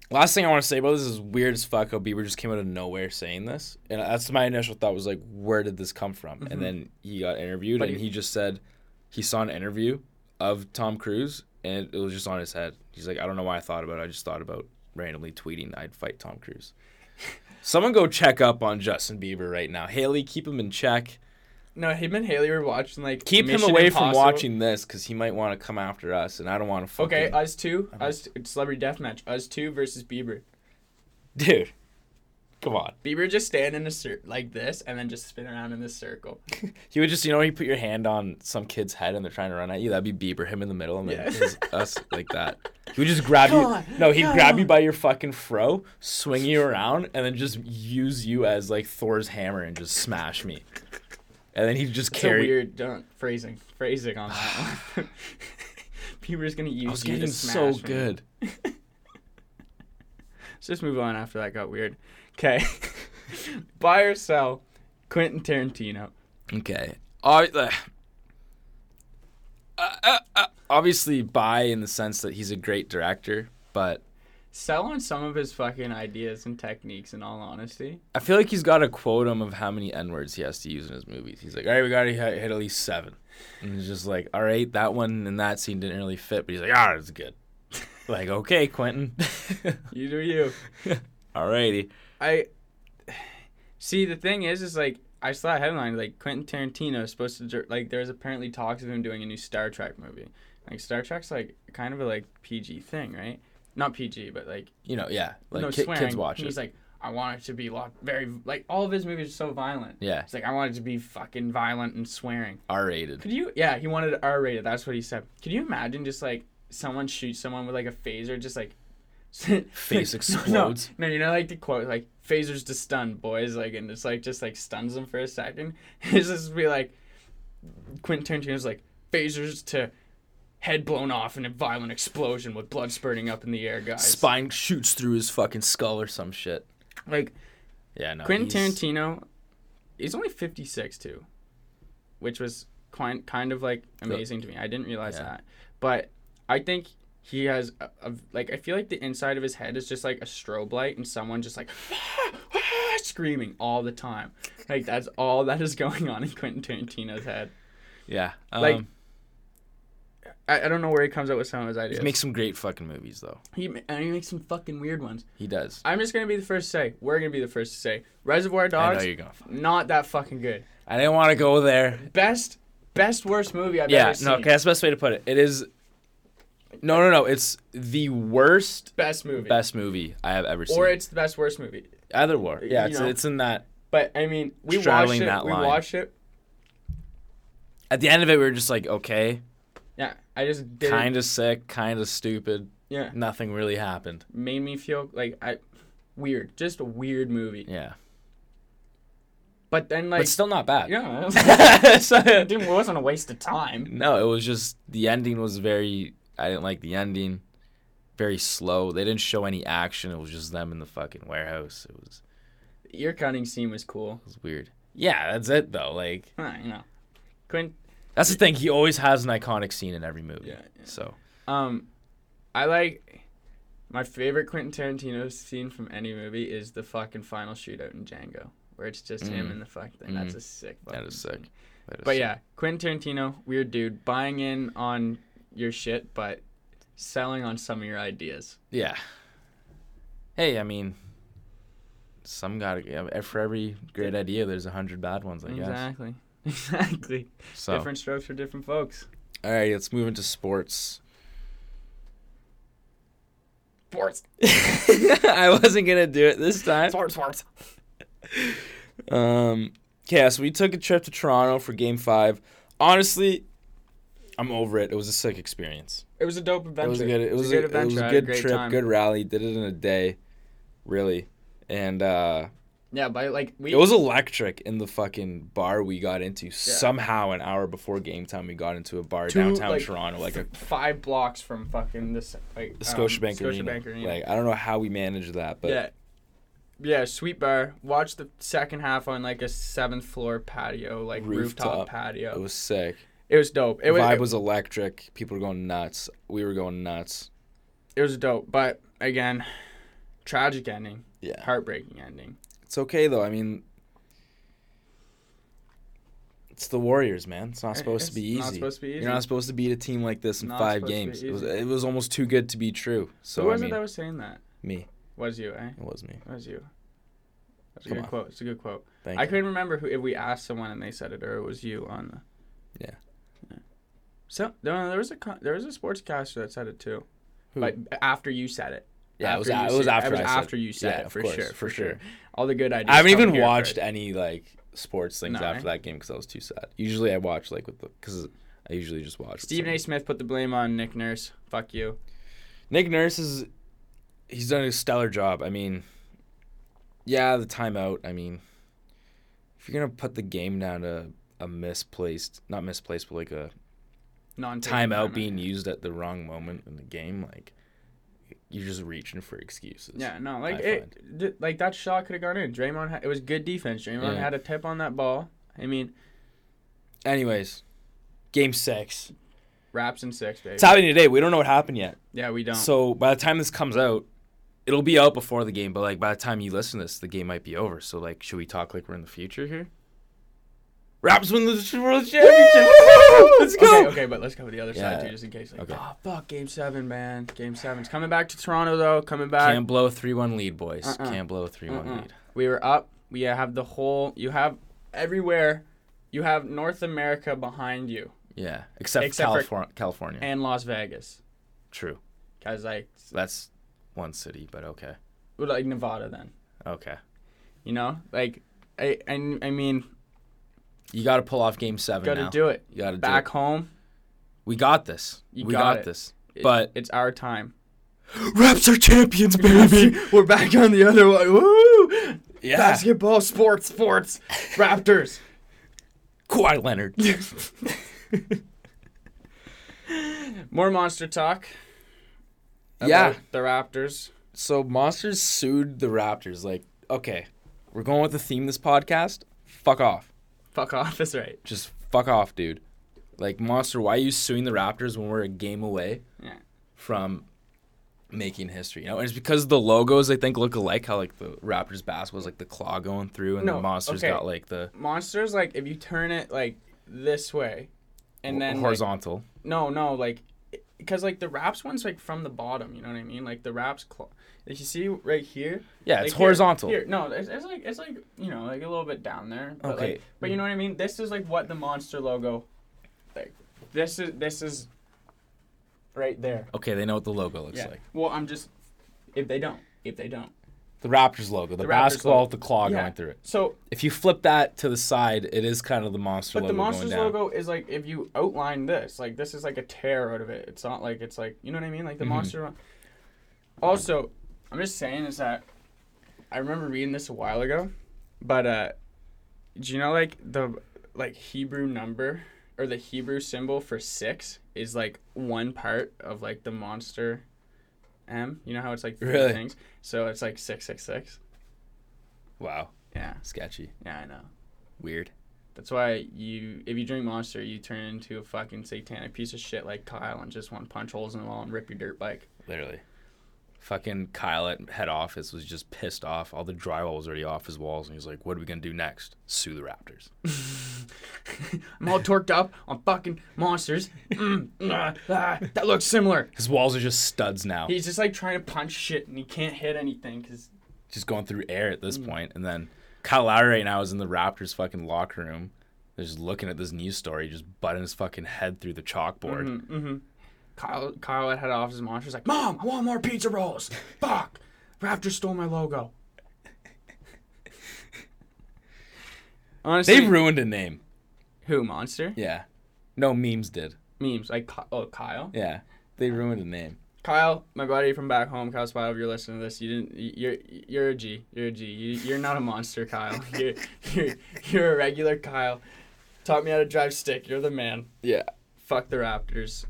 S1: Last thing I want to say about this is weird as fuck how Bieber just came out of nowhere saying this. And that's my initial thought was like, where did this come from? And then he got interviewed
S2: But
S1: and
S2: he-
S1: Mm-hmm. he just said he saw an interview of Tom Cruise and it was just on his head. He's like, I don't know why I thought about it. I just thought about randomly tweeting I'd fight Tom Cruise. Someone go check up on Justin Bieber right now. Haley, keep him in check.
S2: No, him and Haley were watching like
S1: Keep him
S2: Mission
S1: away from
S2: Impossible.
S1: watching this because he might want to come after us, and I don't want to. Fucking...
S2: Okay, us two, us two, celebrity death match. Us two versus Bieber.
S1: dude, come on.
S2: Bieber just stand in a cir- like this and then just spin around in this circle.
S1: He would just, you know, when you put your hand on some kid's head and they're trying to run at you. That'd be Bieber, him in the middle, and then
S2: Yeah.
S1: his- us like that. He would just grab you.
S2: Come on,
S1: no, he'd
S2: come
S1: grab
S2: on.
S1: you by your fucking fro, swing you around, and then just use you as like Thor's hammer and just smash me. And then he'd just
S2: It's a
S1: carry.
S2: weird dun- phrasing. Phrasing on that one. Bieber's gonna use
S1: I was
S2: you
S1: getting
S2: to smash
S1: so
S2: me.
S1: good.
S2: Let's just move on after that got weird. Okay. Buy or sell Quentin Tarantino.
S1: Okay. Ob- uh, uh, uh, uh, obviously, by in the sense that he's a great director, but
S2: Sell on some of his fucking ideas and techniques in all honesty.
S1: I feel like he's got a quotum of how many N words he has to use in his movies. He's like, all right, we got to hit hit at least seven. And it's just like, all right, that one and that scene didn't really fit, but he's like, ah, it's good. like, okay, Quentin.
S2: You do you.
S1: Alrighty.
S2: I see. The thing is, is like I saw a headline like Quentin Tarantino is supposed to dir- like there's apparently talks of him doing a new Star Trek movie. Like Star Trek's like kind of a like PG thing, right? Not PG, but like
S1: You know, yeah. Like,
S2: no
S1: ki-
S2: swearing.
S1: kids watch
S2: He's
S1: it.
S2: like, I want it to be lot very like all of his movies are so violent.
S1: yeah,
S2: It's like I want it to be fucking violent and swearing.
S1: R rated.
S2: Could you? Yeah, he wanted it R-rated. That's what he said. Could you imagine just like someone shoots someone with like a phaser, just like
S1: Face explodes.
S2: No, no, you know, like the quote, like phasers to stun boys, like, and it's like just like stuns them for a second. It's just be like Quentin Tarantino's like phasers to head blown off in a violent explosion with blood spurting up in the air, guys.
S1: Spine shoots through his fucking skull or some shit.
S2: like
S1: Yeah, no.
S2: Quentin
S1: he's-
S2: Tarantino, he's only fifty six too, which was quite, kind of like amazing to me. I didn't realize
S1: Yeah.
S2: that, but I think he has a, a- like I feel like the inside of his head is just like a strobe light, and someone just like screaming all the time. Like that's all that is going on in Quentin Tarantino's head.
S1: Yeah. Um,
S2: Like, I, I don't know where he comes up with some of his ideas.
S1: he makes some great fucking movies, though.
S2: he, ma- and he makes some fucking weird ones.
S1: He does.
S2: I'm just gonna be the first to say we're gonna be the first to say Reservoir
S1: I know
S2: Dogs.
S1: you're going to.
S2: Not that fucking good.
S1: I didn't want to go there.
S2: best best worst movie I've
S1: Yeah,
S2: ever seen.
S1: no, okay, that's the best way to put it. It is. No, no, no. It's the worst,
S2: Best movie.
S1: best movie I have ever seen.
S2: Or it's the best worst movie.
S1: Either one. Yeah,
S2: you
S1: it's,
S2: know.
S1: it's in that.
S2: But I mean, we watched
S1: Straddling
S2: it.
S1: that
S2: we
S1: line.
S2: watched it.
S1: At the end of it, we were just like, okay,
S2: Yeah, I just did.
S1: kind of sick, kind of stupid.
S2: Yeah,
S1: Nothing really happened.
S2: made me feel like I weird. Just a weird movie.
S1: Yeah,
S2: But then like
S1: but still not bad.
S2: yeah,
S1: So-
S2: it didn't- it wasn't a waste of time.
S1: no, it was just the ending was very. I didn't like the ending. Very slow. They didn't show any action. It was just them in the fucking warehouse. It was
S2: The ear cutting scene was cool.
S1: it was weird. Yeah, that's it though. Like
S2: Huh, you know, Quint.
S1: that's the thing. He always has an iconic scene in every movie.
S2: Yeah, yeah.
S1: So
S2: Um, I like my favorite Quentin Tarantino scene from any movie is the fucking final shootout in Django, where it's just him
S1: Mhm.
S2: and the fuck thing.
S1: Mhm.
S2: That's a sick.
S1: that
S2: fucking
S1: is
S2: scene.
S1: sick. That is
S2: But
S1: sick.
S2: yeah, Quentin Tarantino, weird dude, buying in on your shit, but selling on some of your ideas.
S1: Yeah. Hey, I mean, some got to for every great idea, there's a hundred bad ones, I guess.
S2: Exactly. Exactly.
S1: So,
S2: Different strokes for different folks.
S1: all right, let's move into sports.
S2: Sports.
S1: I wasn't gonna do it this time.
S2: Sports. Sports.
S1: Um, yeah, so we took a trip to Toronto for Game Five. Honestly, I'm over it. It was a sick experience.
S2: It was a dope adventure.
S1: It was a good. It was a, it was a
S2: I had
S1: good
S2: great
S1: trip.
S2: time.
S1: Good rally. Did it in a day, really, and uh,
S2: Yeah, but like we
S1: it was electric in the fucking bar we got into. Somehow, an hour before game time, we got into a bar
S2: Two,
S1: downtown
S2: like,
S1: Toronto, like a
S2: five blocks from fucking this like um,
S1: Scotiabank, Arena.
S2: Scotiabank Arena.
S1: Like I don't know how we managed that, but
S2: yeah. Yeah, sweet bar. Watched the second half on like a seventh floor patio, like rooftop,
S1: Rooftop.
S2: patio.
S1: it was sick.
S2: It was dope. It
S1: The
S2: was,
S1: vibe
S2: it,
S1: was electric. People were going nuts. We were going nuts.
S2: it was dope. But again, tragic ending,
S1: Yeah,
S2: heartbreaking ending.
S1: it's okay though. I mean, it's the Warriors, man. It's not supposed to
S2: It's
S1: be easy.
S2: Not supposed to be easy.
S1: You're not supposed to beat a team like this in
S2: Not
S1: five
S2: supposed to be
S1: games. It was,
S2: easy.
S1: it was almost too good to be true. So
S2: Who
S1: I
S2: was
S1: mean,
S2: it that was saying that?
S1: me.
S2: Was you, eh?
S1: It was me.
S2: Was you. That's a
S1: Come
S2: good
S1: on.
S2: quote. It's a good quote.
S1: Thank
S2: I
S1: you.
S2: couldn't remember who if we asked someone and they said it or it was you on the.
S1: Yeah.
S2: Yeah. So no, there was a con- there was a sportscaster that said it too,
S1: Who?
S2: but after you said it.
S1: yeah, it was,
S2: After
S1: a-
S2: you
S1: it was
S2: said-
S1: after
S2: It was
S1: I
S2: after
S1: said,
S2: you said
S1: Yeah,
S2: it
S1: of
S2: for
S1: course,
S2: sure,
S1: for sure.
S2: All the good ideas.
S1: I haven't
S2: come
S1: even
S2: here
S1: watched
S2: first.
S1: any like sports things
S2: No,
S1: after
S2: eh?
S1: that game because I was too sad. Usually I watch like with the because I usually just watch. with
S2: Stephen A.
S1: someone.
S2: Smith put the blame on Nick Nurse. Fuck you.
S1: Nick Nurse is he's done a stellar job. I mean, yeah, the timeout. I mean, if you're gonna put the game down to a misplaced, not misplaced, but like a
S2: Non
S1: timeout being used at the wrong moment in the game, like you're just reaching for excuses.
S2: Yeah, no, like
S1: I
S2: it, th- like that shot could have gone in. Draymond, ha- it was good defense. Draymond
S1: Yeah.
S2: had a tip on that ball. I mean,
S1: Anyways, game six.
S2: wraps in six, baby.
S1: It's happening today. We don't know what happened yet.
S2: Yeah, we don't.
S1: So by the time this comes out, it'll be out before the game. But like by the time you listen to this, the game might be over. So like, should we talk like we're in the future here? Raps win the world championship. Let's go.
S2: Okay, okay, but let's go to the other side
S1: Yeah.
S2: too, just in case. Like,
S1: Okay.
S2: oh fuck, game seven, man. Game seven's coming back to Toronto though. Coming back.
S1: Can't blow a three-one lead, boys.
S2: Uh-uh.
S1: Can't blow a 3 one
S2: Mm-mm.
S1: lead.
S2: We were up. We have the whole. You have everywhere. You have North America behind you
S1: Yeah, except,
S2: Except for-
S1: California. California.
S2: and Las Vegas,
S1: True.
S2: cause like
S1: That's one city, but okay.
S2: well, like Nevada then.
S1: Okay.
S2: You know, like I I, I mean,
S1: You got to pull off game seven
S2: gotta
S1: Oh, now.
S2: do it.
S1: You got to
S2: Back
S1: do it.
S2: home,
S1: We got this.
S2: You
S1: we
S2: got
S1: got,
S2: it.
S1: this.
S2: it-
S1: But-
S2: it's our time.
S1: Raps are champions, baby.
S2: We're back on the other one. Woo!
S1: yeah.
S2: Basketball, sports, sports, Raptors.
S1: Kawhi Leonard.
S2: More monster talk. about
S1: Yeah.
S2: the Raptors.
S1: so Monsters sued the Raptors. Like, okay, we're going with the theme this podcast. Fuck off.
S2: Fuck off. That's right.
S1: Just fuck off, dude. Like, Monster, why are you suing the Raptors when we're a game away
S2: Yeah.
S1: from making history? You know, and it's because the logos I think look alike. How like the Raptors basketball is like the claw going through, and
S2: No,
S1: the Monsters
S2: okay.
S1: got like the
S2: Monsters like if you turn it like this way, and then like-
S1: horizontal.
S2: no, no, like because like the Raps one's like from the bottom. You know what I mean? Like the Raps. Cl- if you see right here,
S1: yeah, it's
S2: Like, here-
S1: horizontal.
S2: Here, no, it's, it's like it's like you know like a little bit down there. But
S1: Okay.
S2: Like, but you know what I mean. This is like what the monster logo, like this is this is, right there.
S1: Okay, they know what the logo looks
S2: Yeah.
S1: like.
S2: Well, I'm just if they don't if they don't.
S1: The Raptors logo, the,
S2: Raptors
S1: basketball
S2: logo.
S1: with the claw
S2: Yeah.
S1: going through it.
S2: So,
S1: If you flip that to the side, it is kind of the monster
S2: but
S1: logo
S2: the monster's
S1: going down.
S2: logo is like if you outline this, like this is like a tear out of it. It's not like it's like you know what I mean. Like the
S1: Mhm.
S2: monster. Also, I'm just saying is that I remember reading this a while ago, but uh, do you know like the like Hebrew number or the Hebrew symbol for six is like one part of like the monster M. You know how it's like three
S1: Really?
S2: things. So it's like six six six.
S1: Wow,
S2: Yeah,
S1: sketchy,
S2: yeah, I know.
S1: weird.
S2: That's why you, if you drink Monster, you turn into a fucking satanic piece of shit like Kyle and just want to punch holes in the wall and rip your dirt bike.
S1: Literally. Fucking Kyle at head office was just pissed off. All the drywall was already off his walls, and he's like, "What are we gonna do next? Sue the Raptors."
S2: I'm all torqued up on fucking monsters. Mm, ah, ah, that looks similar.
S1: His walls are just studs now,
S2: He's just like trying to punch shit and he can't hit anything because
S1: just going through air at this point. And then Kyle Lowry right now is in the Raptors' fucking locker room. They're just looking at this news story, just butting his fucking head through the chalkboard.
S2: Mm-hmm. mm, Kyle, Kyle at head office of monsters like, Mom, I want more pizza rolls. Fuck. Raptor stole my logo. Honestly,
S1: They ruined a name.
S2: who monster?
S1: Yeah, no memes did.
S2: memes like Ky- oh Kyle,
S1: Yeah, they ruined the name.
S2: Kyle, my buddy from back home, Kyle Spot, if you're listening to this, you didn't. y- You're you're a G. You're a G. You, you're not a monster, Kyle. You're, you're you're a regular Kyle. Taught me how to drive stick. You're the man.
S1: Yeah.
S2: Fuck the Raptors.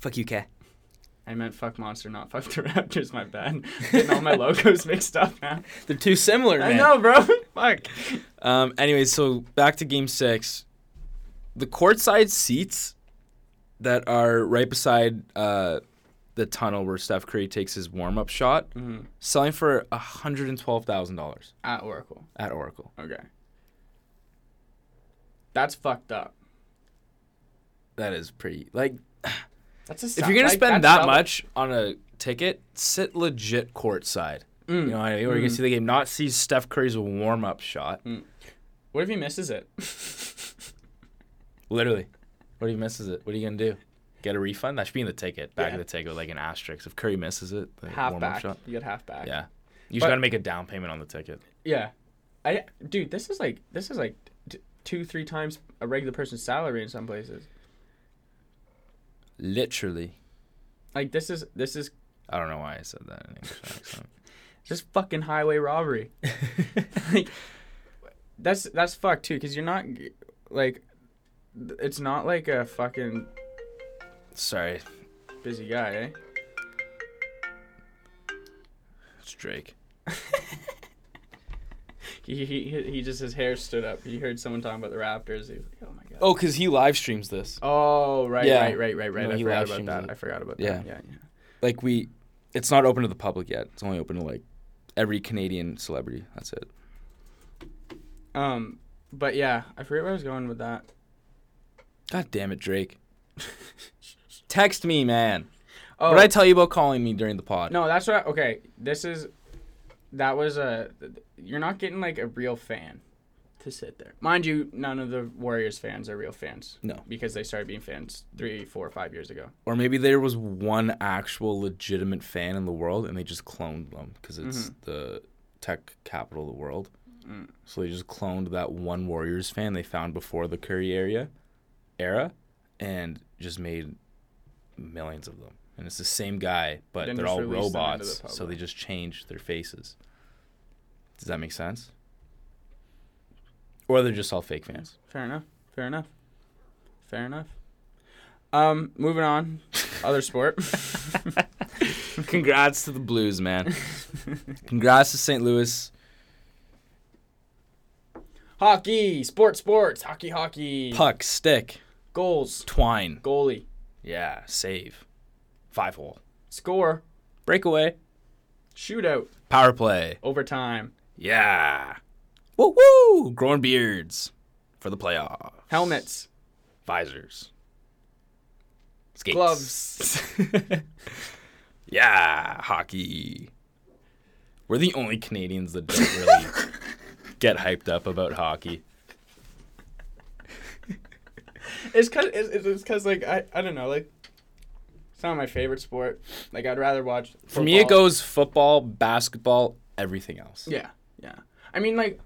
S3: Fuck you, K.
S2: I meant fuck monster, not fuck the Raptors. My bad. Getting all my logos mixed up now.
S1: They're too similar, man.
S2: I know, bro. fuck.
S1: Um, anyway, so back to game six. The courtside seats that are right beside uh, the tunnel where Steph Curry takes his warm up shot
S2: Mhm.
S1: selling for $112,000
S2: At Oracle.
S1: at Oracle.
S2: Okay. That's fucked up.
S1: That is pretty. Like,
S2: That's a.
S1: if you're going to spend that much on a ticket, sit legit courtside. You know what I mean? Where you can see the game, not see Steph Curry's warm up shot.
S2: What if he misses it?
S1: Literally. What if he misses it? What are you going to do? Get a refund? That should be in the ticket, back
S2: Yeah.
S1: of the ticket, with like an asterisk. If Curry misses it, the
S2: half
S1: warm up
S2: back.
S1: shot.
S2: You get half back.
S1: Yeah. You just
S2: But-
S1: got to make a down payment on the ticket.
S2: Yeah. I dude, this is like this is like t- two three times a regular person's salary in some places.
S1: Literally.
S2: Like this is this is
S1: I don't know why I said that in English accent.
S2: just fucking highway robbery. like that's that's fucked too cuz you're not g- like th- it's not like a fucking
S1: Sorry.
S2: busy guy, eh?
S1: It's Drake.
S2: He he he he just his hair stood up. He heard someone talking about the Raptors. He was like, "Oh my god."
S1: Oh, because he live streams this.
S2: Oh, right,
S1: Yeah.
S2: right, right, right, right.
S1: No,
S2: I
S1: he
S2: forgot
S1: live
S2: about
S1: streams
S2: that.
S1: it.
S2: I forgot about
S1: Yeah.
S2: that. Yeah, yeah.
S1: Like, we. It's not open to the public yet. It's only open to like every Canadian celebrity. That's it.
S2: Um, but yeah, I forget where I was going with that.
S1: God damn it, Drake. Text me, man.
S2: Oh,
S1: What did I tell you about calling me during the pod?
S2: No, that's what. Okay, this is. That was a. You're not getting like a real fan to sit there. Mind you, none of the Warriors fans are real fans.
S1: No.
S2: Because they started being fans three, four, five years ago.
S1: Or maybe there was one actual legitimate fan in the world and they just cloned them because it's the tech capital of the world.
S2: Mm-hmm. Mm.
S1: So they just cloned that one Warriors fan they found before the Curry area era and just made millions of them. And it's the same guy, but
S2: Then
S1: they're
S2: just
S1: all
S2: release them into the
S1: robots. so they
S2: public.
S1: just changed their faces. Does that make sense? Or they're just all fake fans.
S2: Fair enough. Fair enough. Fair enough. Um, moving on. Other sport.
S1: Congrats to the Blues, man. Congrats to St. Louis.
S2: hockey. Sports. Sports. Hockey. Hockey.
S1: Puck, stick,
S2: Goals.
S1: twine.
S2: Goalie.
S1: Yeah, save. Five hole.
S2: Score.
S1: Breakaway.
S2: Shootout.
S1: Power play.
S2: Overtime.
S1: Yeah. Woo woo! Growing beards for the playoffs.
S2: Helmets.
S1: Visors. Skates.
S2: Gloves.
S1: yeah, hockey. We're the only Canadians that don't really get hyped up about hockey.
S2: It's cause it's, it's- it's cause like I, I don't know like it's not my favorite sport. Like I'd rather watch.
S1: For me, it goes football, basketball, everything else.
S2: Yeah, yeah. I mean like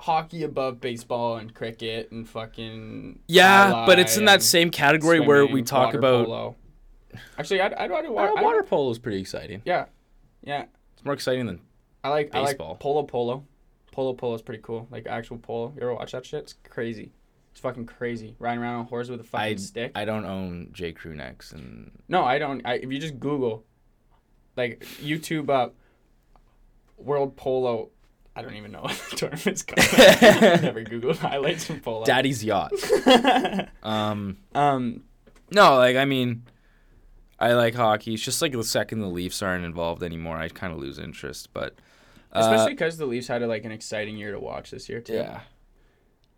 S2: hockey above baseball and cricket and fucking.
S1: Yeah,
S2: ally
S1: but it's in that
S2: and
S1: same category where we
S2: swimming,
S1: talk
S2: water
S1: about.
S2: polo. Actually, I'd, I'd rather
S1: Uh,
S2: watch
S1: water polo is pretty exciting.
S2: Yeah, yeah.
S1: It's more exciting than
S2: I like I
S1: Baseball.
S2: like polo polo. Polo polo is pretty cool. Like actual polo. You ever watch that shit? It's crazy. It's fucking crazy. Riding around on horse with a fucking
S1: I.
S2: stick.
S1: I don't own J Crew necks, and
S2: No, I don't. I, if you just Google, like YouTube up, world polo. I don't even know what the tournament's called. I never Google highlights from polo.
S1: Daddy's yacht. um,
S2: um,
S1: no, like I mean, I like hockey. It's just like the second the Leafs aren't involved anymore, I kind of lose interest. But uh,
S2: especially because the Leafs had like an exciting year to watch this year too.
S1: yeah,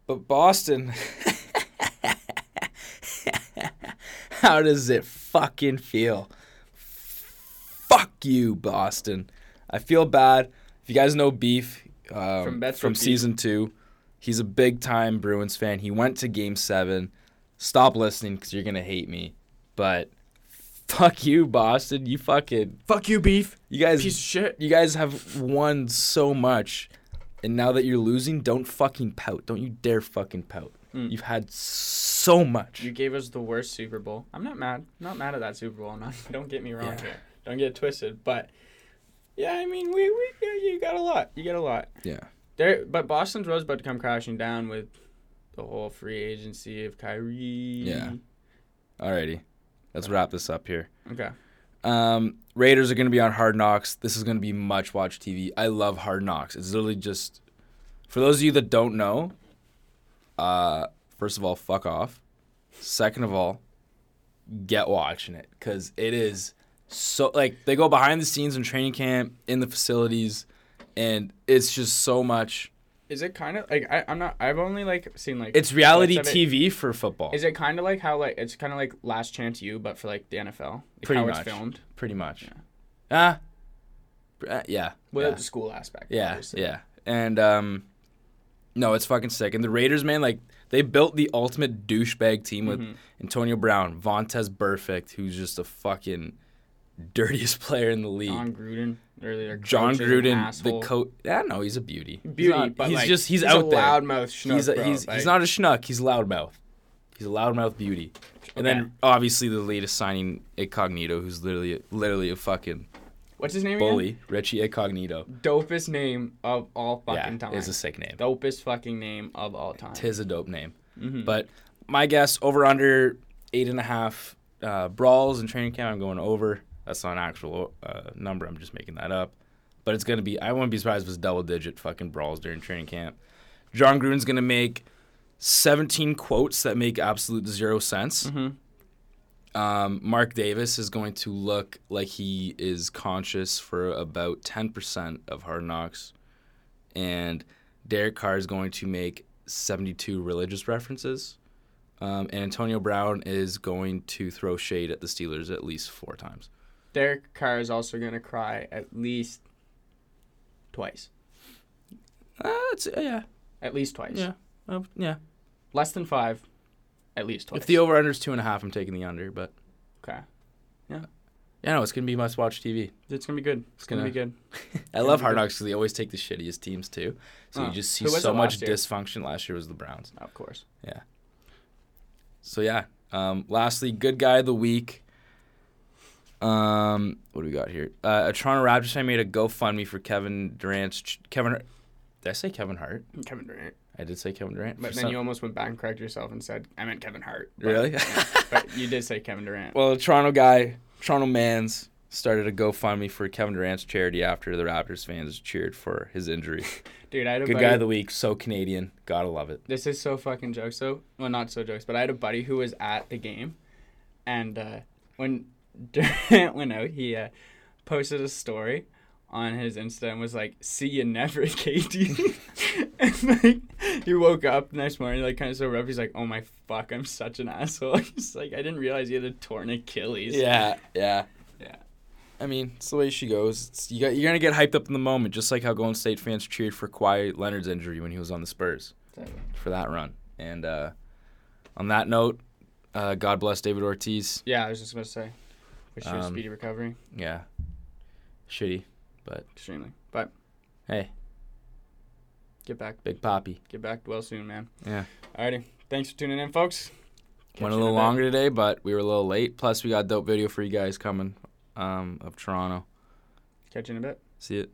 S1: but Boston. How does it fucking feel? Fuck you, Boston. I feel bad. If you guys know Beef um,
S2: From
S1: from,
S2: Betts with Beef.
S1: season two, he's a big time Bruins fan. He went to game seven. Stop listening because you're going to hate me. But fuck you, Boston. You fucking.
S2: Fuck you, beef.
S1: You guys.
S2: Piece of shit.
S1: You guys have won so much. And now that you're losing, don't fucking pout. Don't you dare fucking pout.
S2: Mm.
S1: You've had so much.
S2: You gave us the worst Super Bowl. I'm not mad. I'm not mad at that Super Bowl. Not, don't get me wrong
S1: Yeah.
S2: here. Don't get it twisted. But yeah, I mean, we, we you you got a lot. You got a lot.
S1: yeah.
S2: There, but Boston's was about to come crashing down with the whole free agency of Kyrie.
S1: Yeah. Alrighty. Let's wrap this up here.
S2: Okay.
S1: Um, Raiders are going to be on Hard Knocks. This is going to be much watch TV. I love Hard Knocks. It's literally just for those of you that don't know. Uh, first of all, fuck off. Second of all, get watching it because it is so like they go behind the scenes in training camp in the facilities, and it's just so much.
S2: Is it kind of like I, I'm not? I've only like seen like
S1: It's reality
S2: clips of it.
S1: TV for football,
S2: Is it kind of like how like it's kind of like Last Chance You, but for like the NFL? Like
S1: Pretty
S2: how
S1: much.
S2: it's filmed
S1: pretty much. Ah, uh, yeah.
S2: without
S1: yeah.
S2: the school aspect.
S1: Yeah,
S2: obviously.
S1: yeah. And um no, it's fucking sick. And the Raiders, man, like they built the ultimate douchebag team
S2: Mm-hmm.
S1: with Antonio Brown, Vontez Perfect, who's just the fucking dirtiest player in the league.
S2: John Gruden earlier.
S1: John Gruden, the coach. Yeah, no, he's a beauty. He's
S2: beauty,
S1: not-
S2: but
S1: he's
S2: like,
S1: just he's,
S2: a
S1: out there.
S2: Loudmouth schnook,
S1: he's a,
S2: bro,
S1: he's
S2: like-
S1: he's not a schnuck. He's loudmouth. He's a loudmouth beauty. And
S2: Okay.
S1: then obviously the latest signing, Incognito, who's literally literally a fucking
S2: What's his name? Bully.
S1: bully, Richie Incognito.
S2: Dopest name of all fucking
S1: Yeah,
S2: time.
S1: is a sick name.
S2: Dopest fucking name of all time.
S1: Tis a dope name. But my guess, over under eight and a half uh, brawls in training camp. I'm going over. That's not an actual uh, number. I'm just making that up. But it's gonna be. I wouldn't be surprised if it's double digit fucking brawls during training camp. John Gruden's gonna make 17 quotes that make absolute zero sense.
S2: Mhm.
S1: Um, Mark Davis is going to look like he is conscious for about 10% of Hard Knocks and Derek Carr is going to make 72 religious references. Um, and Antonio Brown is going to throw shade at the Steelers at least four times.
S2: Derek Carr is also gonna cry at least twice.
S1: Uh, it's, uh, yeah,
S2: At least twice.
S1: yeah, uh, yeah.
S2: Less than five. At least twice.
S1: If the over under is two and a half, I'm taking the under. But
S2: okay.
S1: yeah, no, it's gonna be must watch TV.
S2: It's gonna be good. It's, gonna,
S1: gonna-
S2: be good.
S1: I love Hard Knocks because they always take the shittiest teams too. So
S2: Oh.
S1: you just see
S2: Who was
S1: so
S2: it
S1: much
S2: last year?
S1: dysfunction. Last year was the Browns.
S2: Of course.
S1: So yeah. Um, lastly, good guy of the week. Um, what do we got here? Uh, a Toronto Raptors fan made a GoFundMe for Kevin Durant's ch- Kevin. Did I say Kevin Hart?
S2: Kevin Durant.
S1: I did say Kevin Durant.
S2: But
S1: for
S2: then
S1: some-
S2: you almost went back and corrected yourself and said, I meant Kevin Hart. But-
S1: really?
S2: but you did say Kevin Durant.
S1: well, a Toronto guy, Toronto man's started a GoFundMe for Kevin Durant's charity after the Raptors fans cheered for his injury.
S2: Dude, I had a
S1: Good
S2: buddy.
S1: guy of the week, so Canadian, gotta love it.
S2: this is so fucking jokes though. Well, not so jokes, but I had a buddy who was at the game, and uh, when Durant went out, he uh, posted a story on his Insta and was like, "See you never, KD." and like, he woke up the next morning, like kind of sober up. He's like, "Oh my fuck, I'm such an asshole." He's like, "I didn't realize he had a torn Achilles."
S1: Yeah, yeah,
S2: Yeah.
S1: I mean, it's the way she goes. It's, you got, you're gonna get hyped up in the moment, just like how Golden State fans cheered for Kawhi Leonard's injury when he was on the Spurs for that run. And uh, on that note, uh, God bless David Ortiz.
S2: Yeah, I was just gonna say, wish you a
S1: Um,
S2: speedy recovery,
S1: Yeah, shitty,
S2: extremely. But
S1: Hey.
S2: get back,
S1: big poppy.
S2: get back well soon, man.
S1: Yeah.
S2: Alrighty, thanks for tuning in, folks.
S1: Went
S2: Catch
S1: a
S2: you in
S1: little
S2: bit.
S1: longer today, but we were a little late. Plus, we got dope video for you guys coming um, of Toronto.
S2: Catch you in a bit.
S1: See it.